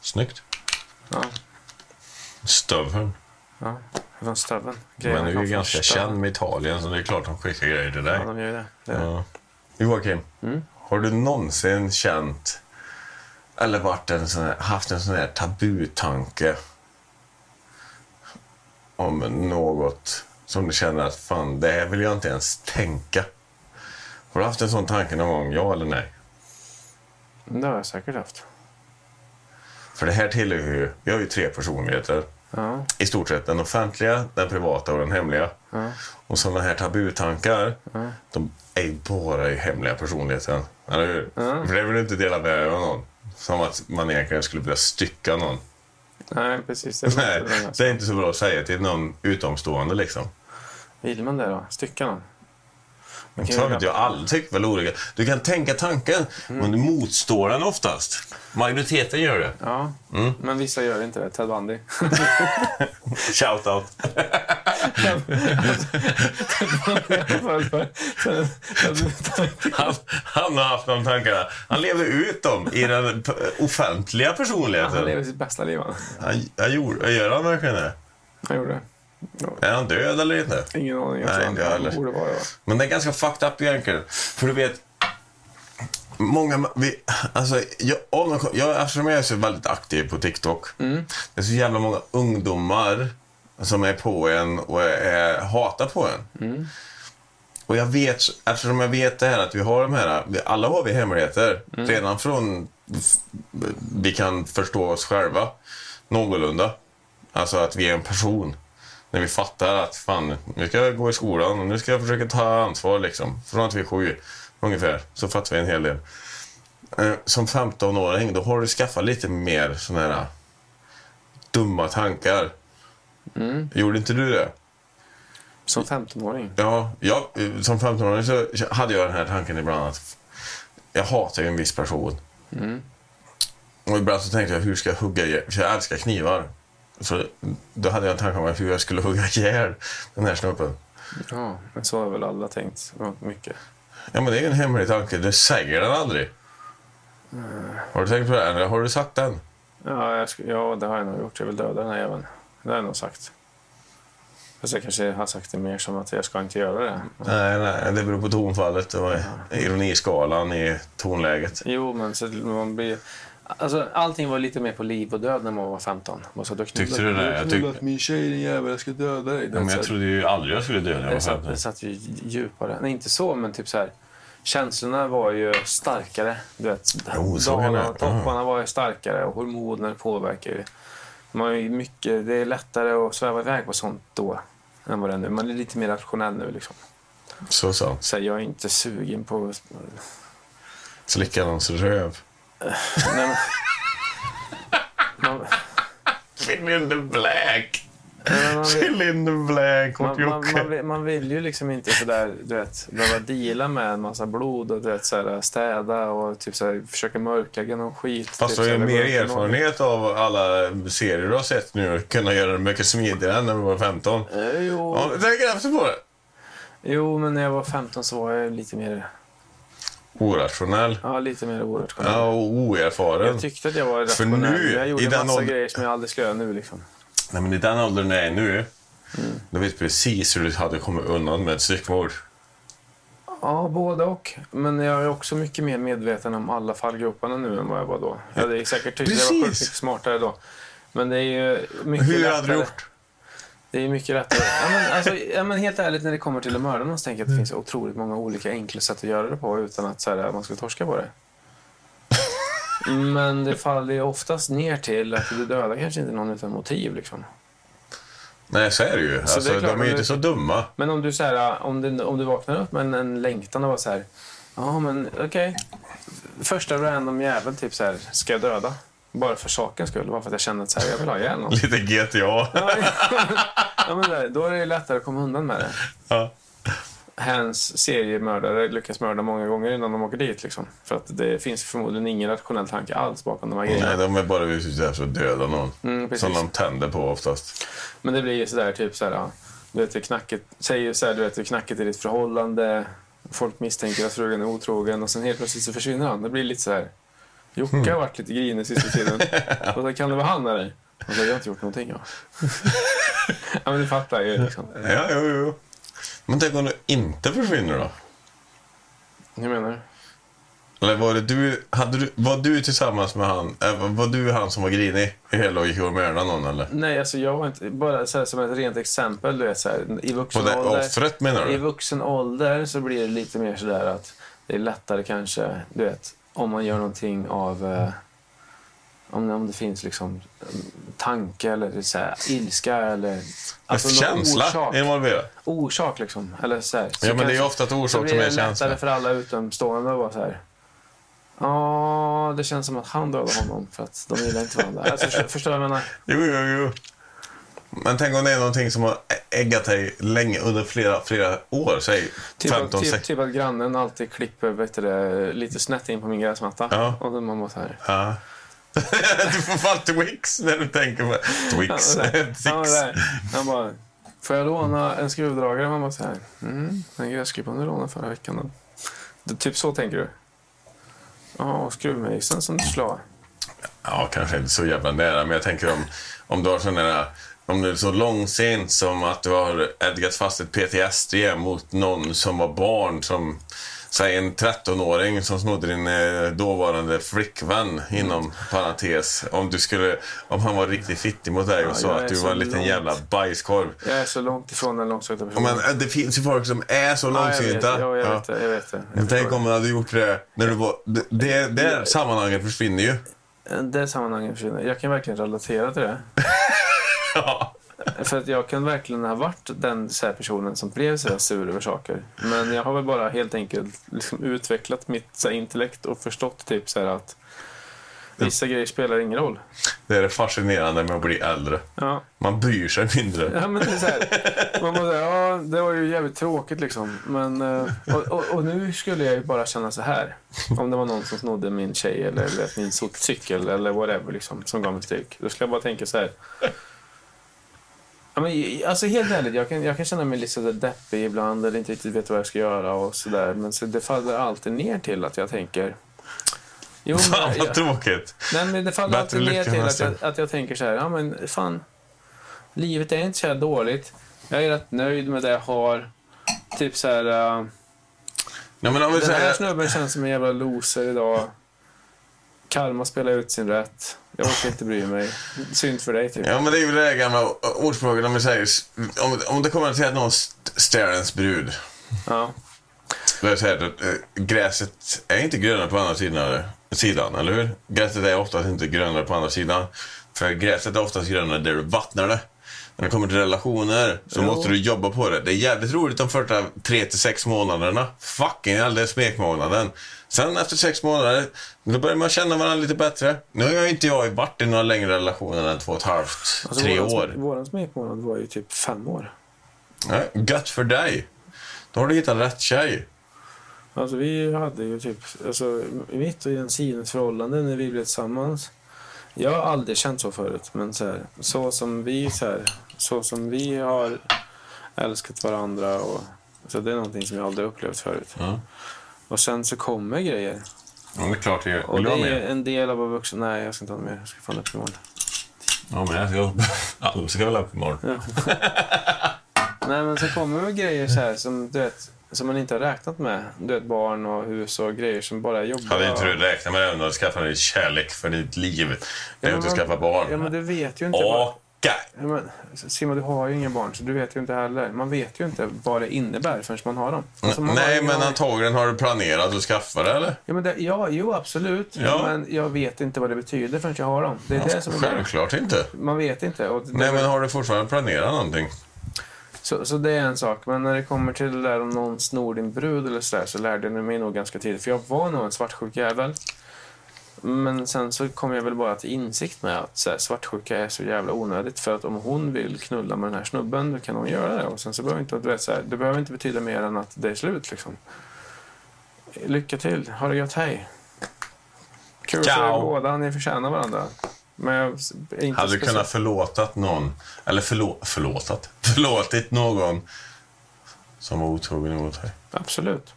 Speaker 2: Snyggt.
Speaker 1: Ja,
Speaker 2: Stövhörn.
Speaker 1: ja. Från Stöven.
Speaker 2: Men du är
Speaker 1: kom
Speaker 2: ju
Speaker 1: från
Speaker 2: ganska
Speaker 1: Stöven.
Speaker 2: känd med Italien så det är klart de skickar grejer till dig.
Speaker 1: Ja, de gör ju det. det. Ja.
Speaker 2: Ja. Joakim, har du någonsin känt eller varit en sån här, haft en sån här tabutanke om något som du känner att fan, det här vill jag inte ens tänka? Har du haft en sån tanke någon gång, ja eller nej?
Speaker 1: Det har jag säkert haft.
Speaker 2: För det här tillhör ju, vi har ju tre personligheter.
Speaker 1: Ja,
Speaker 2: I stort sett den offentliga, den privata och den hemliga.
Speaker 1: ja,
Speaker 2: Och sådana här tabutankar,
Speaker 1: ja.
Speaker 2: De är ju bara i hemliga personligheten. Eller hur?
Speaker 1: Ja.
Speaker 2: För det vill du inte dela med dig av någon. Som att man egentligen skulle vilja stycka någon.
Speaker 1: Nej, precis. Jag
Speaker 2: Nej,
Speaker 1: vet inte.
Speaker 2: det är inte så bra att säga till någon utomstående liksom.
Speaker 1: Vill man det då? Stycka någon?
Speaker 2: Men
Speaker 1: kan
Speaker 2: klart
Speaker 1: ju-
Speaker 2: vet jag alla tycker väl olika. Du kan tänka tanken,
Speaker 1: Mm.
Speaker 2: men du motstår den oftast. Majoriteten gör det.
Speaker 1: Ja,
Speaker 2: Mm.
Speaker 1: men vissa gör inte det.
Speaker 2: *laughs*
Speaker 1: Ted Bundy.
Speaker 2: Shout out. Han, han har haft de tankarna. Han lever ut dem i den p- offentliga
Speaker 1: Han lever
Speaker 2: personligheten.
Speaker 1: sitt bästa liv, han.
Speaker 2: Han, han gjorde, gör han verkligen det?
Speaker 1: Han gjorde det.
Speaker 2: Är han död eller inte?
Speaker 1: Ingen aning. Jag
Speaker 2: Nej,
Speaker 1: tror
Speaker 2: inte
Speaker 1: han-
Speaker 2: jag heller.
Speaker 1: han borde vara det. va?
Speaker 2: Men det är ganska fucked up egentligen. För du vet, många... Vi, alltså, jag, om de, kom- jag, eftersom jag är så väldigt aktiv på TikTok. Det är så jävla många ungdomar som är på en och är, är, hatar på en. Och jag vet, eftersom jag vet det här att vi har de här, vi- alla har vi hemligheter. Redan från f- vi kan förstå oss själva någorlunda. Alltså att vi är en person. När vi fattar att fan, nu ska jag gå i skolan och nu ska jag försöka ta ansvar liksom. Från att vi är sju ungefär, så fattar vi en hel del. Eh, Som 15-åring, då har du skaffat lite mer sådana här eh, dumma tankar. Gjorde inte du det?
Speaker 1: Som 15-åring.
Speaker 2: Ja, jag, eh, som 15-åring så hade jag den här tanken ibland att jag hatar ju en viss person. Mm. Och ibland så tänkte jag, hur ska jag hugga ihjäl- För jag älskar knivar. Så då hade jag en tanke om hur jag skulle hugga ihjäl den här snubben.
Speaker 1: Ja, men så har väl alla tänkt. Ja, Mycket.
Speaker 2: Ja, men det är ju en hemlig tanke. Du säger den aldrig. Har du tänkt på det? Eller har du sagt den?
Speaker 1: Ja, jag sk- ja, det har jag nog gjort. Jag vill döda den här jäveln. Det har jag nog sagt. Fast jag kanske har sagt det mer som att jag ska inte göra det.
Speaker 2: Nej, nej, det beror på tonfallet och ironiskalan i tonläget.
Speaker 1: Jo, men så man blir... Alltså, allting var lite mer på liv och död när man var 15. Man sa, du har knullat-
Speaker 2: Tyckte du det?
Speaker 1: har
Speaker 2: Jag
Speaker 1: knullat
Speaker 2: tyck-
Speaker 1: min tjej, din jävel. Jag ska döda dig. Alltså, Det, så här-
Speaker 2: trodde ju aldrig jag skulle dö när
Speaker 1: det, satt, det satt ju djupare. Nej, inte så, men typ så här. Känslorna var ju starkare. Du vet,
Speaker 2: Jo, så menar
Speaker 1: dagarna
Speaker 2: jag.
Speaker 1: och topparna var ju starkare och hormoner påverkar ju. Man är ju mycket, det är lättare att sväva iväg på sånt då än vad det är nu. Man är lite mer rationell nu. Liksom.
Speaker 2: Så sant.
Speaker 1: Så här, jag är inte sugen på... *laughs*
Speaker 2: Slicka någons röv.
Speaker 1: Nej, men... man,
Speaker 2: Fill in the black!
Speaker 1: nej, men man, vill-
Speaker 2: Fill in the black åt
Speaker 1: Man, man, man,
Speaker 2: Jocke.
Speaker 1: vill, man vill ju liksom inte sådär, du vet, behöva deala med en massa blod och du vet, såhär, städa och typ såhär, försöka mörklägga någon skit.
Speaker 2: Fast du
Speaker 1: typ,
Speaker 2: har ju
Speaker 1: såhär, gå runt
Speaker 2: mer
Speaker 1: med någon-
Speaker 2: erfarenhet av alla serier du har sett nu. Kunna göra det mycket smidigare än när du var 15.
Speaker 1: Eh, Jo,
Speaker 2: Ja, tänk efter på det.
Speaker 1: jo, men när jag var 15 så var jag lite mer,
Speaker 2: Orationell.
Speaker 1: ja, lite mer orationell.
Speaker 2: Ja, och oerfaren.
Speaker 1: Jag tyckte att jag var
Speaker 2: För
Speaker 1: rationell.
Speaker 2: nu,
Speaker 1: jag gjorde
Speaker 2: i den
Speaker 1: massa
Speaker 2: åldern-
Speaker 1: grejer som jag aldrig skulle göra nu. Liksom.
Speaker 2: Nej, men i den åldern du är nu, du vet precis hur du hade kommit undan med ett styckmord.
Speaker 1: Ja, både och. Men jag är också mycket mer medveten om alla fallgroparna nu än vad jag var då. Jag hade säkert tyckt att jag var
Speaker 2: Precis.
Speaker 1: sjukt mycket smartare då. Men det är ju mycket
Speaker 2: Hur hade
Speaker 1: lättare.
Speaker 2: du gjort?
Speaker 1: Det är mycket lättare. Ja, men, alltså, ja, men helt ärligt, när det kommer till att mörda någon så tänker jag att det finns otroligt många olika enkla sätt att göra det på utan att så här, man ska torska på det. Men det faller ju oftast ner till att du dödar kanske inte någon utan motiv. Liksom.
Speaker 2: Nej, så är det ju.
Speaker 1: Så
Speaker 2: Alltså,
Speaker 1: det är klart,
Speaker 2: de är ju
Speaker 1: men-
Speaker 2: inte så dumma. *laughs*
Speaker 1: Men om du, så här, om du, om du vaknar upp med en, en längtan och var så här, ja men okej, första random jävel typ så här, ska jag döda? Bara för sakens skull, bara för att jag kände att så här, jag vill ha ihjäl någon.
Speaker 2: Lite GTA.
Speaker 1: ja, men där, då är det lättare att komma undan med det.
Speaker 2: Ja.
Speaker 1: Hans seriemördare lyckas mörda många gånger innan de åker dit. Liksom. För att det finns förmodligen ingen rationell tanke alls bakom de här grejerna.
Speaker 2: Nej, de är bara ute efter att döda någon.
Speaker 1: Mm, precis.
Speaker 2: som de tänder på oftast.
Speaker 1: Men det blir ju sådär typ såhär, ja, du vet det är knacket, säger såhär, du vet det är knacket i ditt förhållande. Folk misstänker att frugan är otrogen och sen helt plötsligt så försvinner han. Det blir lite så här. Jocke
Speaker 2: Mm.
Speaker 1: har varit lite grinig sista tiden.
Speaker 2: *laughs*
Speaker 1: Och så kan det vara han eller? Och så, jag har inte gjort någonting ja. ja men du fattar ju liksom.
Speaker 2: Ja, jo, jo. Men tänk om du inte försvinner då?
Speaker 1: Hur menar du?
Speaker 2: Eller var, det du, hade du, var du tillsammans med han, eh, var du han som var grinig i hela och gick och mördade någon eller?
Speaker 1: Nej alltså jag var inte, bara så här, som ett rent exempel du vet så här, i
Speaker 2: På
Speaker 1: vuxen
Speaker 2: det
Speaker 1: ålder.
Speaker 2: offret menar
Speaker 1: I
Speaker 2: du?
Speaker 1: vuxen ålder så blir det lite mer sådär att det är lättare kanske, du vet, om man gör någonting av... Eh, om, om det finns liksom eh, tanke eller så här, ilska eller... alltså, någon
Speaker 2: känsla
Speaker 1: Orsak,
Speaker 2: involverad.
Speaker 1: orsak liksom. Eller så här, så
Speaker 2: Ja, men det är ju
Speaker 1: kanske-
Speaker 2: ofta att
Speaker 1: så
Speaker 2: orsak
Speaker 1: blir
Speaker 2: som
Speaker 1: det
Speaker 2: är
Speaker 1: lättare
Speaker 2: känsla.
Speaker 1: för alla utomstående att vara så här. Ja, det känns som att han dödade honom för att de gillar inte varandra. Alltså, förstår- förstår du vad jag menar?
Speaker 2: Jo, jo, jo. Men tänk om det är någonting som har äggat dig länge, under flera, flera år, säg
Speaker 1: Typ,
Speaker 2: 15,
Speaker 1: typ,
Speaker 2: 16.
Speaker 1: typ att grannen alltid klipper vet du, det, lite snett in på min gräsmatta.
Speaker 2: Ja.
Speaker 1: Och då man bara så här.
Speaker 2: Ja. *laughs* du får fan Twix när du tänker på *laughs* Twix.
Speaker 1: Han var där. Han var
Speaker 2: Twix.
Speaker 1: där. Han bara, får jag låna en skruvdragare? Man bara så här, mm, den gräsklipparen du lånade förra veckan då. Det, typ så tänker du? Ja, och skruvmejseln som du slår.
Speaker 2: Ja, kanske inte så jävla nära, men jag tänker om, om du har sån där... Om du är så långsint som att du har ädgat fast ett PTSD mot någon som var barn som... Säg en 13-åring som snodde din eh, dåvarande flickvän
Speaker 1: Mm.
Speaker 2: inom parentes. Om, du skulle, om han var riktigt fittig mot dig och sa
Speaker 1: jag är
Speaker 2: att du
Speaker 1: så
Speaker 2: var en liten
Speaker 1: långt.
Speaker 2: jävla bajskorv.
Speaker 1: Jag är så långt ifrån den långsökta
Speaker 2: Ja,
Speaker 1: personen.
Speaker 2: Men eh, det finns ju folk som är så
Speaker 1: Ja, jag vet,
Speaker 2: långsinta.
Speaker 1: ja, jag
Speaker 2: Ja.
Speaker 1: vet det. Jag vet det.
Speaker 2: Men Tänk om man hade gjort det när du var... Det, det, det här sammanhanget försvinner ju.
Speaker 1: Det sammanhanget försvinner. Jag kan verkligen relatera till det.
Speaker 2: Ja.
Speaker 1: För att jag kan verkligen ha varit den så här personen som blev så här sur över saker. Men jag har väl bara helt enkelt liksom utvecklat mitt så här intellekt och förstått typ så här att vissa grejer spelar ingen roll.
Speaker 2: Det är det fascinerande med att bli äldre.
Speaker 1: Ja,
Speaker 2: Man bryr sig mindre.
Speaker 1: ja men det är så här. Man bara, så här, ja, det var ju jävligt tråkigt liksom. Men, eh, och, och, och nu skulle jag ju bara känna så här. Om det var någon som snodde min tjej eller du vet, min so- cykel eller whatever liksom, som gav mig stryk. Då skulle jag bara tänka så här. Ja, men, alltså helt ärligt, jag kan, jag kan känna mig lite sådär deppig ibland eller inte riktigt vet vad jag ska göra och sådär. Men så det faller alltid ner till att jag tänker... Jo,
Speaker 2: *laughs* *laughs*
Speaker 1: men
Speaker 2: Fan
Speaker 1: jag-
Speaker 2: vad tråkigt.
Speaker 1: Nej, men det faller
Speaker 2: Bättre
Speaker 1: alltid ner
Speaker 2: lycka
Speaker 1: till att
Speaker 2: nästa
Speaker 1: jag, att jag tänker så här, ja men fan, livet är inte så här dåligt. Jag är rätt nöjd med det jag har. Typ så här, eh,
Speaker 2: Nej, men om vi
Speaker 1: den här
Speaker 2: säger...
Speaker 1: snubben känns som en jävla loser idag. Karma spelar ut sin rätt. Jag orkar inte bry mig. Synd för dig typ.
Speaker 2: Ja, men det är ju det här gamla ordspråket. Om, vi säger, om, om det kommer till att någon st- stjäl ens brud.
Speaker 1: Ja.
Speaker 2: Då är det så här, att, eh, gräset är inte grönare på andra sidan, eh, sidan, eller hur? Gräset är oftast inte grönare på andra sidan. För gräset är oftast grönare där du vattnar det. När det kommer till relationer så
Speaker 1: Jo.
Speaker 2: måste du jobba på det. Det är jävligt roligt de första tre till sex månaderna. Fucking hell, det är smekmånaden. Sen efter sex månader, då börjar man känna varandra lite bättre. Nu har ju inte jag varit i några längre relationer än två och ett halvt,
Speaker 1: Alltså,
Speaker 2: tre
Speaker 1: våran,
Speaker 2: år.
Speaker 1: Våran smekmånad var ju typ fem år.
Speaker 2: Ja, gött för dig. Då har du hittat rätt tjej.
Speaker 1: Alltså vi hade ju typ, alltså mitt och Jensines förhållande när vi blev tillsammans. Jag har aldrig känt så förut, men så, här, så som vi så, här, så som vi har älskat varandra och så det är någonting som jag aldrig upplevt förut.
Speaker 2: Ja.
Speaker 1: Och sen så kommer grejer.
Speaker 2: Ja, det är klart det
Speaker 1: Och det är ju en del av att vara vuxen. Nej, jag ska inte ha mer. Jag ska fan upp imorgon.
Speaker 2: Ja, men jag ska upp. Alla ska väl upp imorgon.
Speaker 1: Nej, men så kommer det grejer så här som du vet, som man inte har räknat med. Du vet, barn och hus och grejer som bara är jobbiga.
Speaker 2: Hade inte du räknat med det om du hade skaffat dig kärlek för ditt liv? Det är
Speaker 1: Ja,
Speaker 2: att du
Speaker 1: men-
Speaker 2: skaffar
Speaker 1: Ja, men
Speaker 2: barn.
Speaker 1: du vet ju inte. vad-
Speaker 2: Åka!
Speaker 1: Ja, Men, Simon, du har ju inga barn, så du vet ju inte heller. Man vet ju inte vad det innebär förrän man har dem. Alltså, man har
Speaker 2: Nej,
Speaker 1: ingen
Speaker 2: men
Speaker 1: aning.
Speaker 2: antagligen har du planerat att skaffa det, eller?
Speaker 1: ja, men det, ja, jo, absolut.
Speaker 2: Ja.
Speaker 1: Men jag vet inte vad det betyder förrän jag har dem. Det är det som är grejen.
Speaker 2: Självklart inte.
Speaker 1: Man vet inte. Och det,
Speaker 2: Nej, men har du fortfarande planerat någonting?
Speaker 1: Så, så det är en sak, men när det kommer till det där om någon snor din brud eller sådär så lärde jag mig nog ganska tidigt. För jag var nog en svartsjuk jävel. Men sen så kom jag väl bara till insikt med att så här, svartsjuka är så jävla onödigt. För att om hon vill knulla med den här snubben, då kan hon göra det. Och sen så behöver inte, du vet, så här, det behöver inte betyda mer än att det är slut liksom. Lycka till, ha det gött, hej. Kul för er
Speaker 2: Ciao.
Speaker 1: båda, ni förtjänar varandra. Men jag är inte
Speaker 2: Hade du
Speaker 1: speciellt-
Speaker 2: kunnat förlåtat någon, eller förlå, förlåtat, *laughs* förlåtit någon som var otrogen mot dig?
Speaker 1: Absolut.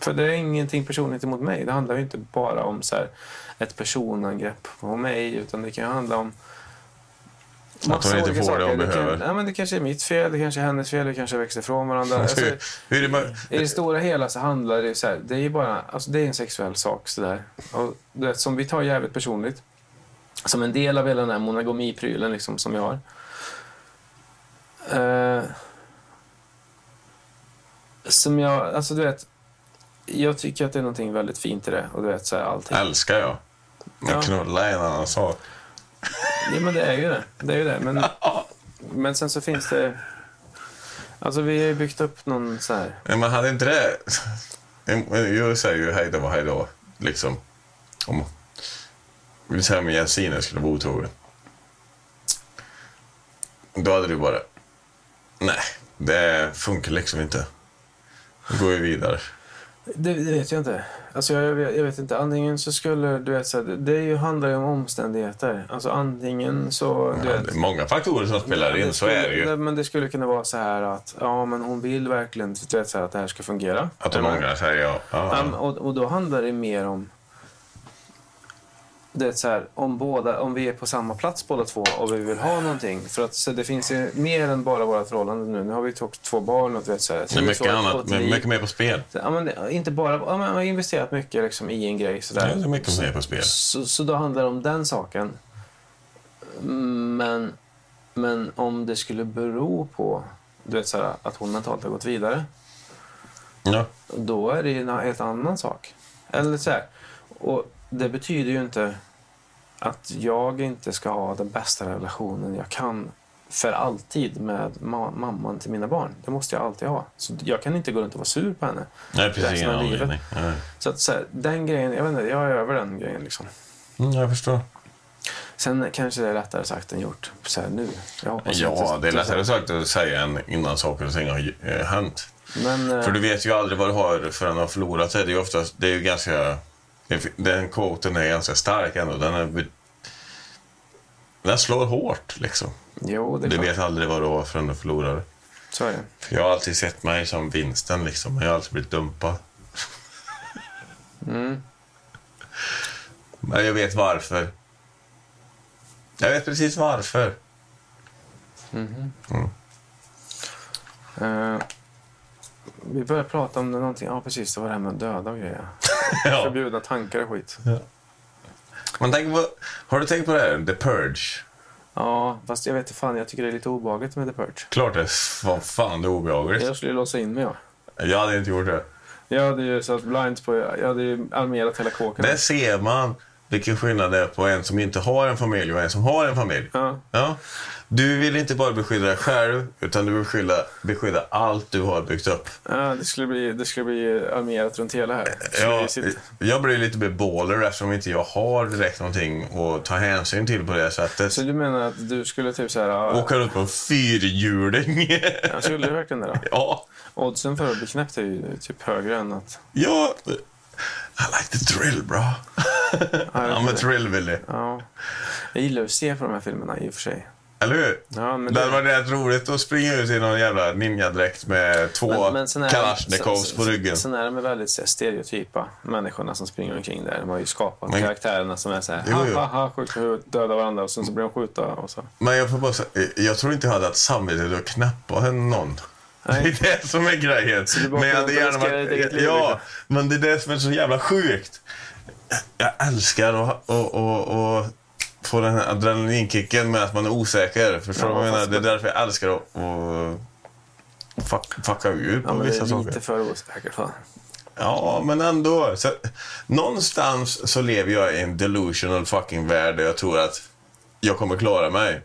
Speaker 1: För det är ingenting personligt emot mig. Det handlar ju inte bara om så här, ett personangrepp på mig, utan det kan ju handla om
Speaker 2: Att hon inte
Speaker 1: olika
Speaker 2: får det hon
Speaker 1: saker.
Speaker 2: behöver.
Speaker 1: Kan, ja, men det kanske är mitt fel, det kanske är hennes fel, vi kanske växer
Speaker 2: *laughs*
Speaker 1: ifrån varandra. Alltså,
Speaker 2: Hur, hur är det med,
Speaker 1: I det stora hela så handlar det ju så här, det är ju bara, alltså det är en sexuell sak sådär. Och du vet, som vi tar jävligt personligt, som en del av hela den här monogamiprylen liksom som vi har. Eh, som jag, alltså du vet, jag tycker att det är någonting väldigt fint i det. Och du vet så här allting.
Speaker 2: älskar jag. Men
Speaker 1: Ja.
Speaker 2: knulla är en annan sak.
Speaker 1: Ja men det är ju det, det är ju det. Men, men sen så finns det, alltså vi har ju byggt upp någon så här,
Speaker 2: Nej, men hade inte det... Jag säger ju hej då och hej då, liksom. Om... Vi säger om Jensine skulle vara otrogen. Då hade du bara... Nej, det funkar liksom inte. Då går vi vidare.
Speaker 1: Det, det vet jag inte. Alltså jag, jag, vet, jag vet inte. Antingen så skulle... Du vet, så här, det det är ju, handlar ju om omständigheter. Alltså antingen så... Du
Speaker 2: Ja,
Speaker 1: vet,
Speaker 2: det är många faktorer som spelar in, så
Speaker 1: skulle,
Speaker 2: är det ju.
Speaker 1: nej, Men det skulle kunna vara så här att ja, men hon vill verkligen du vet, så här, att det här ska fungera.
Speaker 2: Att hon
Speaker 1: Men-
Speaker 2: ångrar sig, ja.
Speaker 1: Ja,
Speaker 2: ja.
Speaker 1: men- och, och då handlar det mer om... Det är så här, om, båda, om vi är på samma plats båda två och vi vill ha någonting. För att, så det finns ju mer än bara våra förhållande nu. Nu har vi tog två barn och du vet, så här,
Speaker 2: Det är
Speaker 1: så
Speaker 2: mycket
Speaker 1: ett-
Speaker 2: annat,
Speaker 1: och ett
Speaker 2: men
Speaker 1: liv.
Speaker 2: mycket mer på spel.
Speaker 1: Ja, men det, inte bara, ja, men man har investerat mycket liksom, i en grej.
Speaker 2: Ja,
Speaker 1: Sådär.
Speaker 2: det är mycket mer på spel.
Speaker 1: Så, så då handlar det om den saken. Men, men om det skulle bero på du vet, såhär, att hon mentalt har gått vidare,
Speaker 2: Ja.
Speaker 1: då är det ju en helt annan sak. Eller så Och det betyder ju inte att jag inte ska ha den bästa relationen jag kan för alltid med ma- mamman till mina barn. Det måste jag alltid ha. Så jag kan inte gå runt och vara sur på henne.
Speaker 2: Nej, precis.
Speaker 1: Resten
Speaker 2: Ingen
Speaker 1: av livet.
Speaker 2: anledning. Nej.
Speaker 1: Så att så här, den grejen, jag vet inte, jag är över den grejen liksom.
Speaker 2: Mm, jag förstår.
Speaker 1: Sen kanske det är lättare sagt än gjort. Så här nu. Jag hoppas
Speaker 2: Ja,
Speaker 1: inte-
Speaker 2: det är lättare sagt att säga än innan saker och ting har eh, hänt.
Speaker 1: Men, eh,
Speaker 2: För du vet ju aldrig vad du har förrän du har förlorat det. Det är ju oftast, det är ju ganska... Den quoten är ganska stark ändå. Den, är, be- den slår hårt liksom.
Speaker 1: jo, det är
Speaker 2: Du
Speaker 1: klart.
Speaker 2: vet aldrig vad du har förrän du förlorar det.
Speaker 1: Så är det.
Speaker 2: För jag har alltid sett mig som vinsten liksom. Jag har alltid blivit dumpad.
Speaker 1: Mm.
Speaker 2: Men jag vet varför. Jag vet precis varför. *laughs*
Speaker 1: Mhm.
Speaker 2: Mm.
Speaker 1: Eh, vi började prata om det någonting. Ja, precis. Det var det här med att döda och grejer.
Speaker 2: Ja.
Speaker 1: Förbjuda tankar och skit.
Speaker 2: Men tänk på, har du tänkt på det här? The Purge.
Speaker 1: Ja, fast jag vet inte fan. Jag tycker det är lite obehagligt med The Purge.
Speaker 2: Klart det vad fan det är obehagligt.
Speaker 1: Jag skulle ju låsa in mig, ja.
Speaker 2: Jag hade inte gjort det.
Speaker 1: Jag hade ju satt blinds på... Jag hade ju armerat hela kåken.
Speaker 2: Där ser man vilken skillnad det är på en som inte har en familj och en som har en familj.
Speaker 1: Ja.
Speaker 2: Ja. Du vill inte bara beskydda dig själv, utan du vill skydda, beskydda allt du har byggt upp.
Speaker 1: Ja, det, skulle bli, det skulle bli armerat runt hela här. Det skulle bli
Speaker 2: Jag,
Speaker 1: sitt-
Speaker 2: jag blir lite bebåler eftersom inte jag har direkt någonting att ta hänsyn till på det sättet.
Speaker 1: Så du menar att du skulle typ så här... ja,
Speaker 2: Åka runt på en fyrhjuling. *laughs*
Speaker 1: Jag skulle verkligen det då?
Speaker 2: ja.
Speaker 1: Oddsen för att bli knäppt är ju typ högre än att...
Speaker 2: ja. I like the drill bro. I'm a thrill Willy.
Speaker 1: Ja. Jag gillar att se på de här filmerna i och för sig.
Speaker 2: Eller hur?
Speaker 1: Ja, men
Speaker 2: det
Speaker 1: det-
Speaker 2: hade varit rätt roligt att springa ut i någon jävla ninjadräkt med två
Speaker 1: sen är-
Speaker 2: kalasjnikovs
Speaker 1: sen-
Speaker 2: på ryggen.
Speaker 1: Sen är de ju väldigt så här, stereotypa, människorna som springer omkring där. De har ju skapat
Speaker 2: Men-
Speaker 1: karaktärerna som är så här,
Speaker 2: Jo,
Speaker 1: ha
Speaker 2: jo.
Speaker 1: ha ha, sjuka huvudet, döda varandra och sen så blir de skjuta och så.
Speaker 2: Men jag får bara säga, jag tror inte jag hade haft samvete att knäppa en någon.
Speaker 1: Nej.
Speaker 2: *laughs* Det är det som är grejen.
Speaker 1: du bara
Speaker 2: Men jag
Speaker 1: går
Speaker 2: hade
Speaker 1: runt och
Speaker 2: gärna
Speaker 1: riskerar ditt eget
Speaker 2: varit,
Speaker 1: liv,
Speaker 2: ja,
Speaker 1: liksom.
Speaker 2: men det är det som är så jävla sjukt. Jag älskar att och, och, och få den här adrenalinkicken med att man är osäker. Förstår du
Speaker 1: Ja,
Speaker 2: vad jag menar?
Speaker 1: fast-
Speaker 2: Det är därför jag älskar att, att fuck, fucka ur på
Speaker 1: Ja, men det
Speaker 2: vissa
Speaker 1: är
Speaker 2: saker.
Speaker 1: lite för osäkert. Fan.
Speaker 2: Ja, men ändå. Så, någonstans så lever jag i en delusional fucking värld där jag tror att jag kommer klara mig.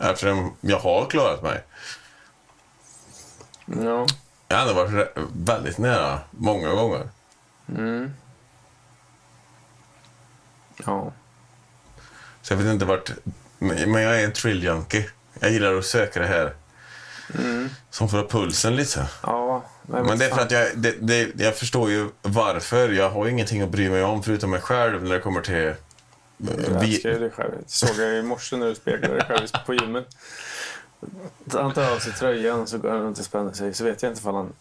Speaker 2: Eftersom jag har klarat mig.
Speaker 1: Ja.
Speaker 2: Jag har ändå varit re- väldigt nära många gånger.
Speaker 1: Mm. Ja.
Speaker 2: Så jag vet inte vart... Men men jag är en thrill junkie. Jag gillar att söka det här som får upp pulsen lite.
Speaker 1: Ja.
Speaker 2: Men det är för
Speaker 1: fan.
Speaker 2: att jag, det, det, jag förstår ju varför. Jag har ju ingenting att bry mig om förutom mig själv när det kommer till... eh,
Speaker 1: Du älskar
Speaker 2: Vi,
Speaker 1: ju dig själv. Det såg jag ju i morse när du speglade dig själv på gymmet. Han tar av sig tröjan så går han runt och spänner sig. Så vet jag inte om han,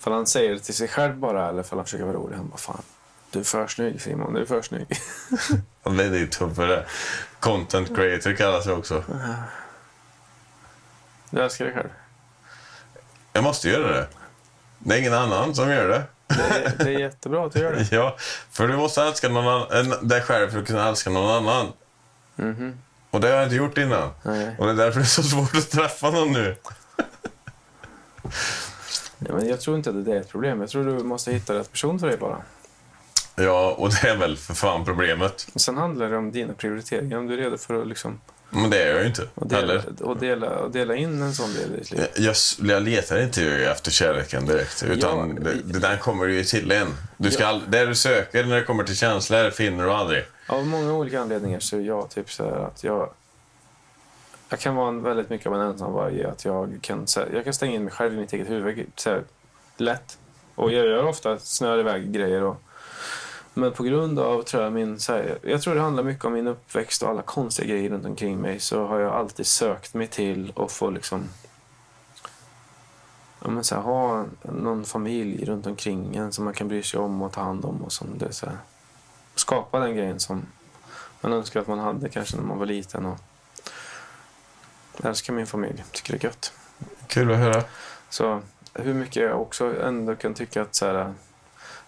Speaker 1: ifall han säger det till sig själv bara eller om han försöker vara rolig. Han bara fan. Du är för snygg Simon, du är för snygg.
Speaker 2: Ja, det är ju tuffare. Content creator kallas jag också.
Speaker 1: Du älskar dig själv.
Speaker 2: Jag måste göra det. Det är ingen annan som gör det.
Speaker 1: Det är, det är jättebra att du gör det.
Speaker 2: Ja, för du måste älska någon annan, en- dig själv för att kunna älska någon annan. Mm-hmm.
Speaker 1: Mhm.
Speaker 2: Och det har jag inte gjort innan.
Speaker 1: Nej.
Speaker 2: Och det är därför det är så svårt att träffa någon nu.
Speaker 1: Nej, men jag tror inte att det är ett problem. Jag tror du måste hitta rätt person för dig bara.
Speaker 2: Ja, och det är väl för fan problemet.
Speaker 1: Sen handlar det om dina prioriteringar. Om du är redo för att liksom,
Speaker 2: Men det är jag ju inte.
Speaker 1: och dela,
Speaker 2: Eller?
Speaker 1: och dela, och dela in en sån del i ditt liv.
Speaker 2: Jag- Jag, s- jag letar inte ju efter kärleken direkt. Utan
Speaker 1: Ja,
Speaker 2: det,
Speaker 1: i-
Speaker 2: det, den kommer ju till en. Du ska all, det du söker när det kommer till känslor finner du aldrig.
Speaker 1: Av många olika anledningar så är jag typ så här att jag... Jag kan vara en, väldigt mycket av en ensamvarg. i Att jag, kan, så här, jag kan stänga in mig själv i mitt eget huvud så här, lätt. Och jag gör ofta snör iväg grejer. Och, men på grund av, tror jag, min... Så här, jag tror det handlar mycket om min uppväxt och alla konstiga grejer runt omkring mig. Så har jag alltid sökt mig till och få liksom... Ja, men så här, ha någon familj runt omkring en som man kan bry sig om och ta hand om. och som det är så här skapa den grejen som man önskar att man hade kanske när man var liten. Och jag älskar min familj, tycker det är gött.
Speaker 2: Kul att höra.
Speaker 1: Så hur mycket jag också ändå kan tycka att så här,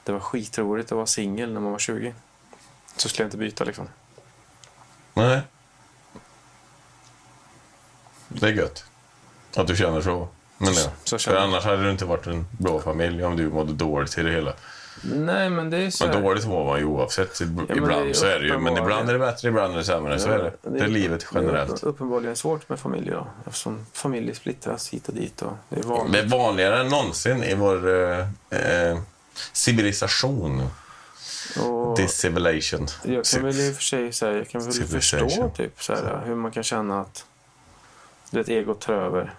Speaker 1: det var skitroligt att vara singel när man var 20. Så skulle jag inte byta liksom.
Speaker 2: Nej. Det är gött. Att du känner så. Men ja.
Speaker 1: Så
Speaker 2: För
Speaker 1: känner jag.
Speaker 2: annars hade du inte varit en bra familj om du mådde dåligt i det hela.
Speaker 1: Nej, men det är ju så
Speaker 2: Men
Speaker 1: här-
Speaker 2: dåligt mår man ju oavsett.
Speaker 1: det är
Speaker 2: ibland så är det ju. Men
Speaker 1: uppenbarligen-
Speaker 2: ibland är det bättre, ibland är det sämre. så är det.
Speaker 1: Ja,
Speaker 2: Det är livet generellt.
Speaker 1: Det är uppenbarligen svårt med familjer då. Eftersom familjer splittras hit och dit. Och det är
Speaker 2: Det
Speaker 1: vanligt.
Speaker 2: är vanligare än någonsin i vår eh, eh, civilisation.
Speaker 1: Och...
Speaker 2: This civilization.
Speaker 1: Jag kan väl i och för sig så här, jag kan väl förstå
Speaker 2: Civilization.
Speaker 1: typ, så här, hur man kan känna att du vet, egot tar över.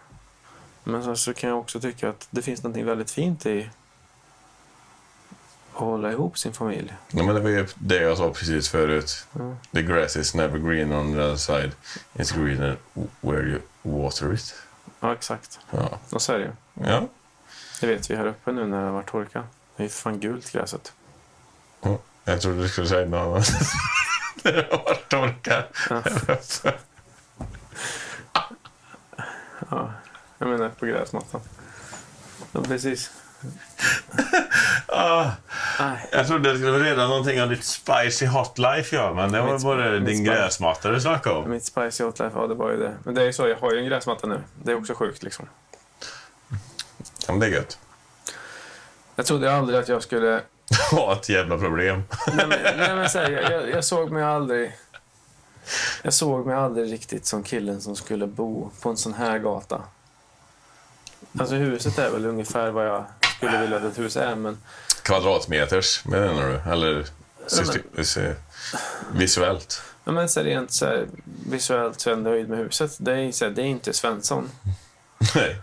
Speaker 1: Men sen så kan jag också tycka att det finns något väldigt fint i att hålla ihop sin familj.
Speaker 2: Ja, men det var ju det jag sa precis förut.
Speaker 1: Mm.
Speaker 2: The grass is never green on the other side. It's greener where you water it.
Speaker 1: Ja, exakt.
Speaker 2: Ja.
Speaker 1: Och så är det ju.
Speaker 2: ja.
Speaker 1: Det vet vi här uppe nu när det har varit torka. Det är fan gult gräset.
Speaker 2: Jag trodde du skulle säga något annat. *laughs* När det har varit torka.
Speaker 1: *laughs* Ja. ja, jag menar på gräsmattan. Ja, precis.
Speaker 2: Ah,
Speaker 1: Nej.
Speaker 2: jag trodde jag skulle reda någonting om ditt spicy hot life, ja. Men det var
Speaker 1: Mitt-
Speaker 2: bara
Speaker 1: mitt
Speaker 2: din
Speaker 1: spice.
Speaker 2: gräsmatta du snackade om.
Speaker 1: Mitt spicy hot life, ja det var ju det. Men det är ju så, jag har ju en gräsmatta nu. Det är också sjukt liksom.
Speaker 2: Ja, men det är gött.
Speaker 1: Jag trodde aldrig att jag skulle
Speaker 2: Ja, ett jävla problem.
Speaker 1: Nej, men, nej, men så här, jag, jag, jag såg mig aldrig... Jag såg mig aldrig riktigt som killen som skulle bo på en sån här gata. Alltså huset är väl ungefär vad jag skulle vilja att ett hus är, men
Speaker 2: Kvadratmeters, menar du? Eller system, visuellt? *laughs*
Speaker 1: Ja, men så rent så här, visuellt så är jag ändå nöjd med huset. Det är, så här, det är inte Svensson.
Speaker 2: Nej.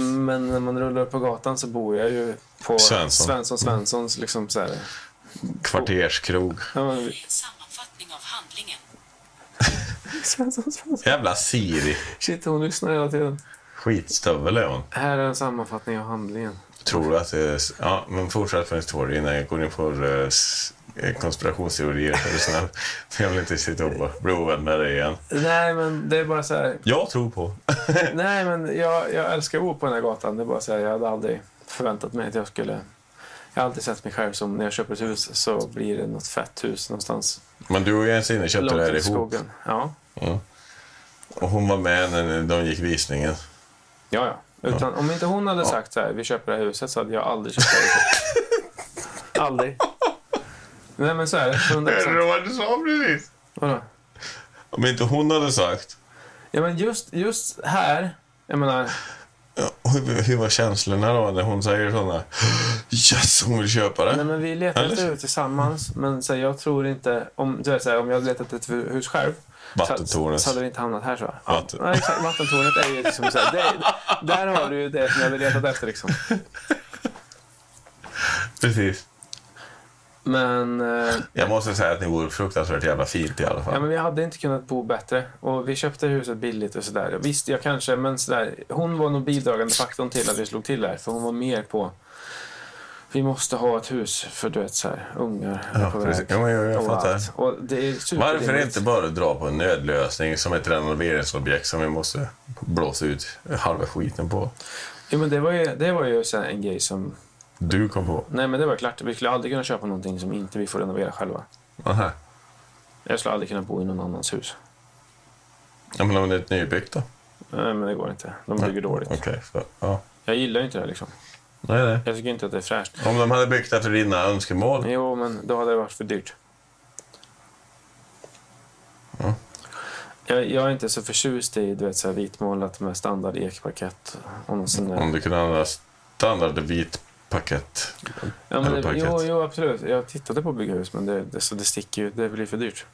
Speaker 1: Men när man rullar upp på gatan så bor jag ju på
Speaker 2: Svensson.
Speaker 1: Svensson Svenssons. Liksom så här.
Speaker 2: Kvarterskrog.
Speaker 1: Ja, men,
Speaker 3: Fel sammanfattning av handlingen.
Speaker 1: Svensson Svensson.
Speaker 2: Jävla Siri.
Speaker 1: Shit, hon lyssnar hela tiden.
Speaker 2: Skitstövel är hon.
Speaker 1: Här är en sammanfattning av handlingen.
Speaker 2: Tror du att det är... Ja, men fortsätt med historien innan jag går in på eh, s- eh, konspirationsteorier. Är du snäll? *laughs* Jag vill inte sitta och bara bli ovän med dig igen.
Speaker 1: Nej, men det är bara så här.
Speaker 2: Jag tror på. *laughs*
Speaker 1: Nej, men jag, jag älskar att bo på den här gatan. Det är bara så här, jag hade aldrig förväntat mig att jag skulle... Jag har alltid sett mig själv som när jag köper ett hus så blir det något fett hus någonstans.
Speaker 2: Men du och Jens Inne köpte det här
Speaker 1: i
Speaker 2: ihop.
Speaker 1: skogen. Ja,
Speaker 2: Ja. Och hon var med när de gick visningen.
Speaker 1: ja. ja. Utan, Om inte hon hade sagt så här, vi köper det här huset så hade jag aldrig köpt det här
Speaker 2: *laughs*
Speaker 1: huset. aldrig. Nej, men så är det. 100
Speaker 2: vad du sa precis?
Speaker 1: Vadå?
Speaker 2: Om inte hon hade sagt.
Speaker 1: Ja, men just, just här, jag menar,
Speaker 2: Ja, hur, hur var känslorna då när hon säger sådana? Yes, hon vill köpa det.
Speaker 1: Nej, men vi letade
Speaker 2: Eller?
Speaker 1: efter det tillsammans, men så här, jag tror inte... Om, du vet, så här, om jag hade letat efter hus själv
Speaker 2: Vattentornet.
Speaker 1: Så, så hade vi inte hamnat här. Så.
Speaker 2: Vatten-
Speaker 1: Ja, exakt, vattentornet är ju liksom... Så här, det, där har du ju det som jag hade letat efter. Liksom.
Speaker 2: Precis.
Speaker 1: Men, eh,
Speaker 2: Jag måste säga att ni vore fruktansvärt jävla fint i alla fall.
Speaker 1: ja, men vi hade inte kunnat bo bättre. Och vi köpte huset billigt och sådär. Visst, jag kanske... Men sådär, hon var nog bidragande faktorn till att vi slog till där. För hon var mer på... Vi måste ha ett hus för du vet så här, ungar är
Speaker 2: Ja,
Speaker 1: på
Speaker 2: precis.
Speaker 1: väg.
Speaker 2: Ja, men jag- jag
Speaker 1: och
Speaker 2: fattar.
Speaker 1: allt. Och det är superrimligt.
Speaker 2: Varför inte bara dra på en nödlösning som ett renoveringsobjekt som vi måste blåsa ut halva skiten på?
Speaker 1: Ja, men det var ju, det var ju så här en grej som...
Speaker 2: Du kom på.
Speaker 1: Nej, men det var klart. Vi skulle aldrig kunna köpa någonting som inte vi får renovera själva.
Speaker 2: Aha.
Speaker 1: Jag skulle aldrig kunna bo i någon annans hus.
Speaker 2: Ja, men om det är ett nybyggt då?
Speaker 1: Nej, men det går inte. De bygger dåligt.
Speaker 2: Okej, så, ja.
Speaker 1: Jag gillar ju inte det liksom.
Speaker 2: Nej, nej.
Speaker 1: Jag tycker inte att det är fräscht.
Speaker 2: Om de hade byggt efter dina önskemål.
Speaker 1: Jo, men då hade det varit för dyrt. Jag, jag är inte så förtjust i du vet, så här vitmålat med standard ekparkett. Och någon sån där.
Speaker 2: Om du kunde använda standard vit pakett.
Speaker 1: Ja, men
Speaker 2: Eller
Speaker 1: det,
Speaker 2: parkett.
Speaker 1: jo, jo, absolut. Jag tittade på att bygga hus, men det, det, så det sticker ju. Det blir för dyrt.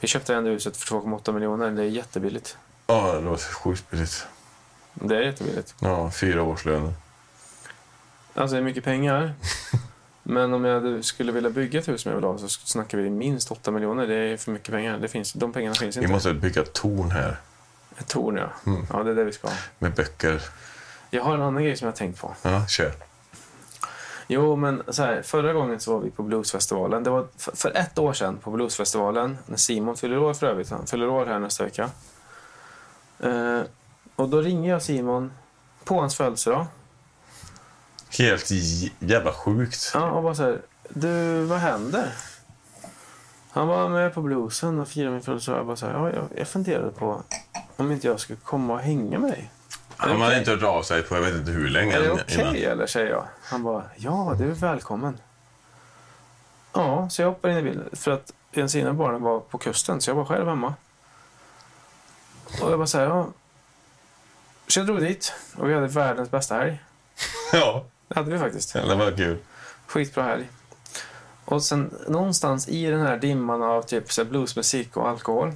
Speaker 1: Vi köpte ändå huset för 2,8 miljoner. Det är jättebilligt.
Speaker 2: Ja, det låter sjukt billigt.
Speaker 1: Det är jättebilligt.
Speaker 2: Ja, fyra årslöner.
Speaker 1: Alltså det är mycket pengar. Men om jag hade- skulle vilja bygga ett hus som jag vill ha så snackar vi minst 8 miljoner. Det är för mycket pengar. Det finns, de pengarna finns
Speaker 2: Vi
Speaker 1: inte.
Speaker 2: måste bygga ett torn här
Speaker 1: Ett torn ja. Ja, det är det vi ska ha.
Speaker 2: med böcker.
Speaker 1: Jag har en annan grej som jag har tänkt på.
Speaker 2: Ja, kör.
Speaker 1: Jo, men så här, förra gången så var vi på bluesfestivalen. Det var för, för ett år sedan på bluesfestivalen, när Simon fyller år för övrigt. Han fyller år här nästa vecka. Eh, och då ringer jag Simon på hans födelsedag.
Speaker 2: Helt j- jävla sjukt.
Speaker 1: Ja, och bara så här, du, vad händer? Han var med på bluesen och firade min födelsedag. Jag bara så här, ja, jag, jag funderade på om inte jag skulle komma och hänga med dig.
Speaker 2: Han
Speaker 1: okej?
Speaker 2: hade inte hört av sig på jag vet inte hur länge
Speaker 1: Är det
Speaker 2: än-
Speaker 1: okej eller? säger jag. Han bara, ja du är välkommen. Ja, så jag hoppar in i bilen. För att en sina barnen var på kusten så jag var själv hemma. Och jag bara så här, ja. Så jag drog dit och vi hade världens bästa helg.
Speaker 2: Ja,
Speaker 1: Det hade vi faktiskt.
Speaker 2: det var kul.
Speaker 1: Skitbra helg. Och sen någonstans i den här dimman av typ så här bluesmusik och alkohol.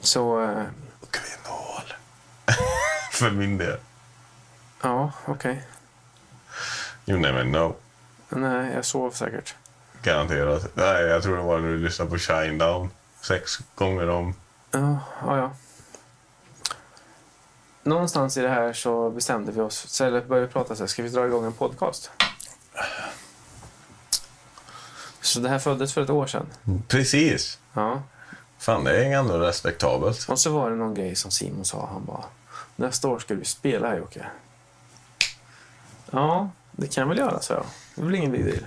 Speaker 1: Så, eh,
Speaker 2: Kvinnhål. *laughs* För min del.
Speaker 1: ja okej.
Speaker 2: You never know.
Speaker 1: Nej, jag sov säkert.
Speaker 2: Garanterat. Nej, jag tror det var när du lyssnade på Shinedown. Sex gånger om.
Speaker 1: Ja, ja, ja. Någonstans i det här så bestämde vi oss, så- eller började prata så här, ska vi dra igång en podcast? Så det här föddes för ett år sedan.
Speaker 2: Precis.
Speaker 1: Ja.
Speaker 2: Fan, det är ändå respektabelt.
Speaker 1: Och så var det någon grej som Simon sa, han bara, nästa år ska vi spela här Jocke. Ja, det kan väl göra, så jag. Det är väl ingen big deal.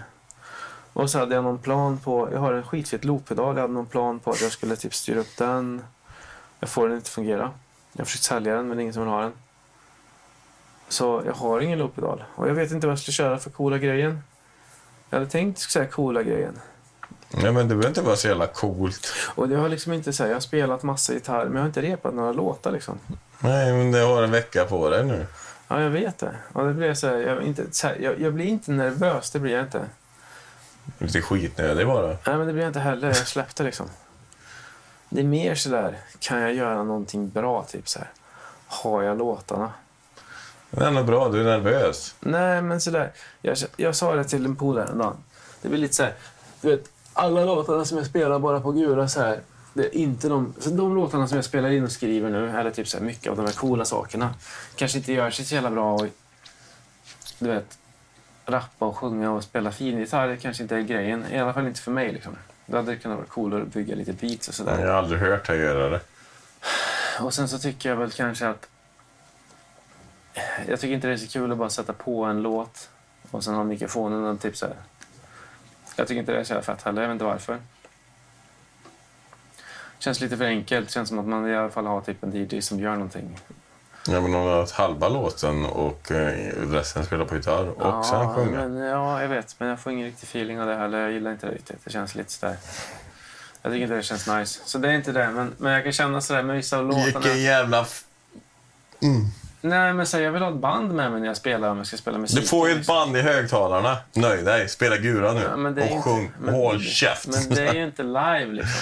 Speaker 1: Och så hade jag någon plan på, jag har en skitfet looppedal, jag hade någon plan på att jag skulle typ styra upp den. Jag får den inte fungera. Jag har försökt sälja den men det är ingen som vill ha den. Så jag har ingen looppedal. Och jag vet inte vad jag skulle köra för coola grejen. Jag hade tänkt säga coola grejen.
Speaker 2: Nej, men det behöver inte vara så jävla coolt.
Speaker 1: Och jag har liksom inte så här, jag har spelat massa gitarr men jag har inte repat några låtar liksom.
Speaker 2: Nej, men det har en vecka på dig nu.
Speaker 1: Ja, jag vet det. Och det blir så här, jag, är inte, så här, jag, jag blir inte nervös, det blir jag inte.
Speaker 2: Lite skitnödig bara.
Speaker 1: Nej, men det blir jag inte heller. Jag släppte liksom. Det är mer så där, kan jag göra någonting bra? Typ så här. Har jag låtarna?
Speaker 2: Det är ändå bra, du är nervös.
Speaker 1: Nej, men sådär. Jag, jag sa det till en polare en dag. Det blir lite så här, du vet, alla låtarna som jag spelar bara på Gura så här. Det är inte de, så de låtarna som jag spelar in och skriver nu, eller typ så här, mycket av de här coola sakerna, kanske inte gör sig så jävla bra och, du vet, rappa och sjunga och spela fin gitarr det kanske inte är grejen. I alla fall inte för mig liksom. Då hade det kunnat vara coolare att bygga lite beats och sådär.
Speaker 2: Jag har aldrig hört dig göra det.
Speaker 1: Och sen så tycker jag väl kanske att... eh, Jag tycker inte det är så kul att bara sätta på en låt och sen ha mikrofonen och typ så här. Jag tycker inte det är så jävla fett heller, jag vet inte varför. Känns lite för enkelt, känns som att man i alla fall har typ en DJ som gör någonting.
Speaker 2: Ja, men hon har haft halva låten och eh, resten spelar på gitarr och sen
Speaker 1: ja,
Speaker 2: sjunger.
Speaker 1: men, eh, ja, jag vet, men jag får ingen riktig feeling av det heller, jag gillar inte det riktigt. Det känns lite sådär... Jag tycker inte det känns nice. Så det är inte det, men, men jag kan känna sådär med vissa av låtarna.
Speaker 2: Vilken jävla... f- Mm.
Speaker 1: Nej, men så här, jag vill ha ett band med mig när jag spelar om jag ska spela musik.
Speaker 2: Du får ju ett
Speaker 1: liksom.
Speaker 2: band i högtalarna. Nöj dig, spela gura nu.
Speaker 1: Ja, men det är ju
Speaker 2: och
Speaker 1: inte-
Speaker 2: sjung.
Speaker 1: men-
Speaker 2: Håll käft.
Speaker 1: Men det är ju inte live liksom.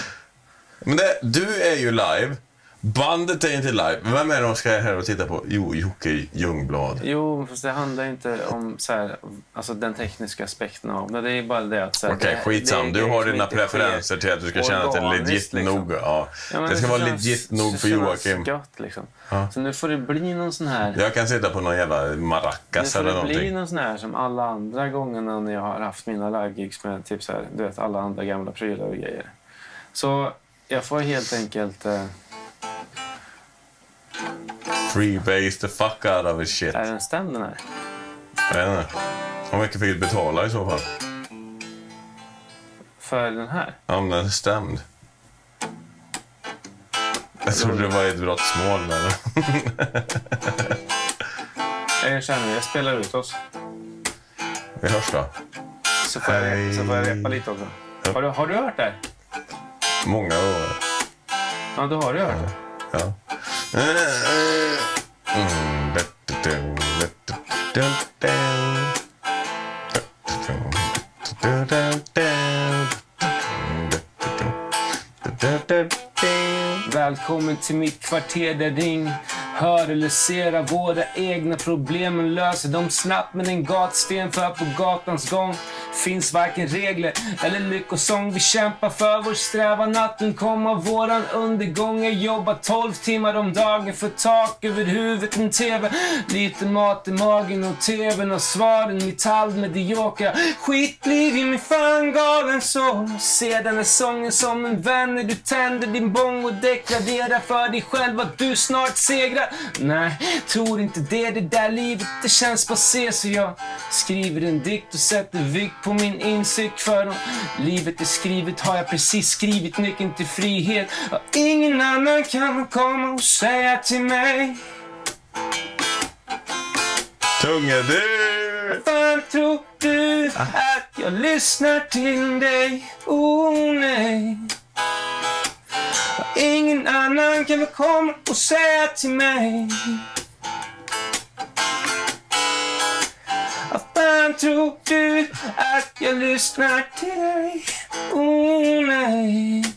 Speaker 2: Men det, du är ju live. Bandet är inte live. Vem är det de ska här och titta på? Jo, Jocke Ljungblad.
Speaker 1: Jo, fast det handlar ju inte om så här, alltså, den tekniska aspekten av det. Det är bara det att... så här,
Speaker 2: Okej,
Speaker 1: det- det
Speaker 2: skitsam.
Speaker 1: är
Speaker 2: Du
Speaker 1: grejer
Speaker 2: har
Speaker 1: som
Speaker 2: dina
Speaker 1: inte sker.
Speaker 2: preferenser till att du ska känna att det är
Speaker 1: organiskt,
Speaker 2: legit
Speaker 1: liksom.
Speaker 2: nog. Ja.
Speaker 1: Ja, men
Speaker 2: det ska vara
Speaker 1: känns-
Speaker 2: legit nog för
Speaker 1: det
Speaker 2: Joakim.
Speaker 1: känns Gött, liksom.
Speaker 2: Ja.
Speaker 1: Så nu får det bli någon sån här...
Speaker 2: Jag kan sitta på någon jävla
Speaker 1: Nu
Speaker 2: maracas
Speaker 1: får
Speaker 2: eller
Speaker 1: det bli
Speaker 2: någonting.
Speaker 1: någon sån här som alla andra gångerna när jag har haft mina livegigs med typ så här, du vet, alla andra gamla prylar och grejer. Så jag får helt enkelt... Eh,
Speaker 2: Freebase the fuck out of it shit.
Speaker 1: är den stämd den här?
Speaker 2: Jag vet inte. Hur mycket fick du betala i så fall?
Speaker 1: För den här?
Speaker 2: Ja, men den är stämd. Jag trodde det var ett brottsmål. Eller?
Speaker 1: Jag gör så här nu, jag spelar ut oss.
Speaker 2: *laughs* Vi hörs då.
Speaker 1: Så får jag, så får jag
Speaker 2: Hej.
Speaker 1: repa lite också.
Speaker 2: Ja.
Speaker 1: Har du, har du hört det? här?
Speaker 2: Många år.
Speaker 1: Ja, då har du hört det.
Speaker 2: Ja. Mm.
Speaker 1: Välkommen till mitt kvarter där ring hör eller ser av våra egna problem men löser dem snabbt med en gatsten för på gatans gång finns varken regler eller lyckosång. Vi kämpar för vår strävan att undkomma våran undergång. Jag jobbar 12 timmar om dagen för tak över huvudet, en TV, lite mat i magen och TVn och svaren. Mitt halvmediokra skitliv i min fan galen sång. Se den här sången som en vän när du tänder din bong och deklarerar för dig själv att du snart segrar. Nej, tror inte det. Det där livet, det känns passé. Så jag skriver en dikt och sätter vikt på min insikt. För om livet är skrivet har jag precis skrivit nyckeln till frihet. Och ingen annan kan komma och säga till mig.
Speaker 2: Tunga du!
Speaker 1: Varför tror du att jag lyssnar till dig? Oh nej. Ingen annan kan väl komma och säga till mig. Vad fan tror du att jag lyssnar till dig? Oh nej.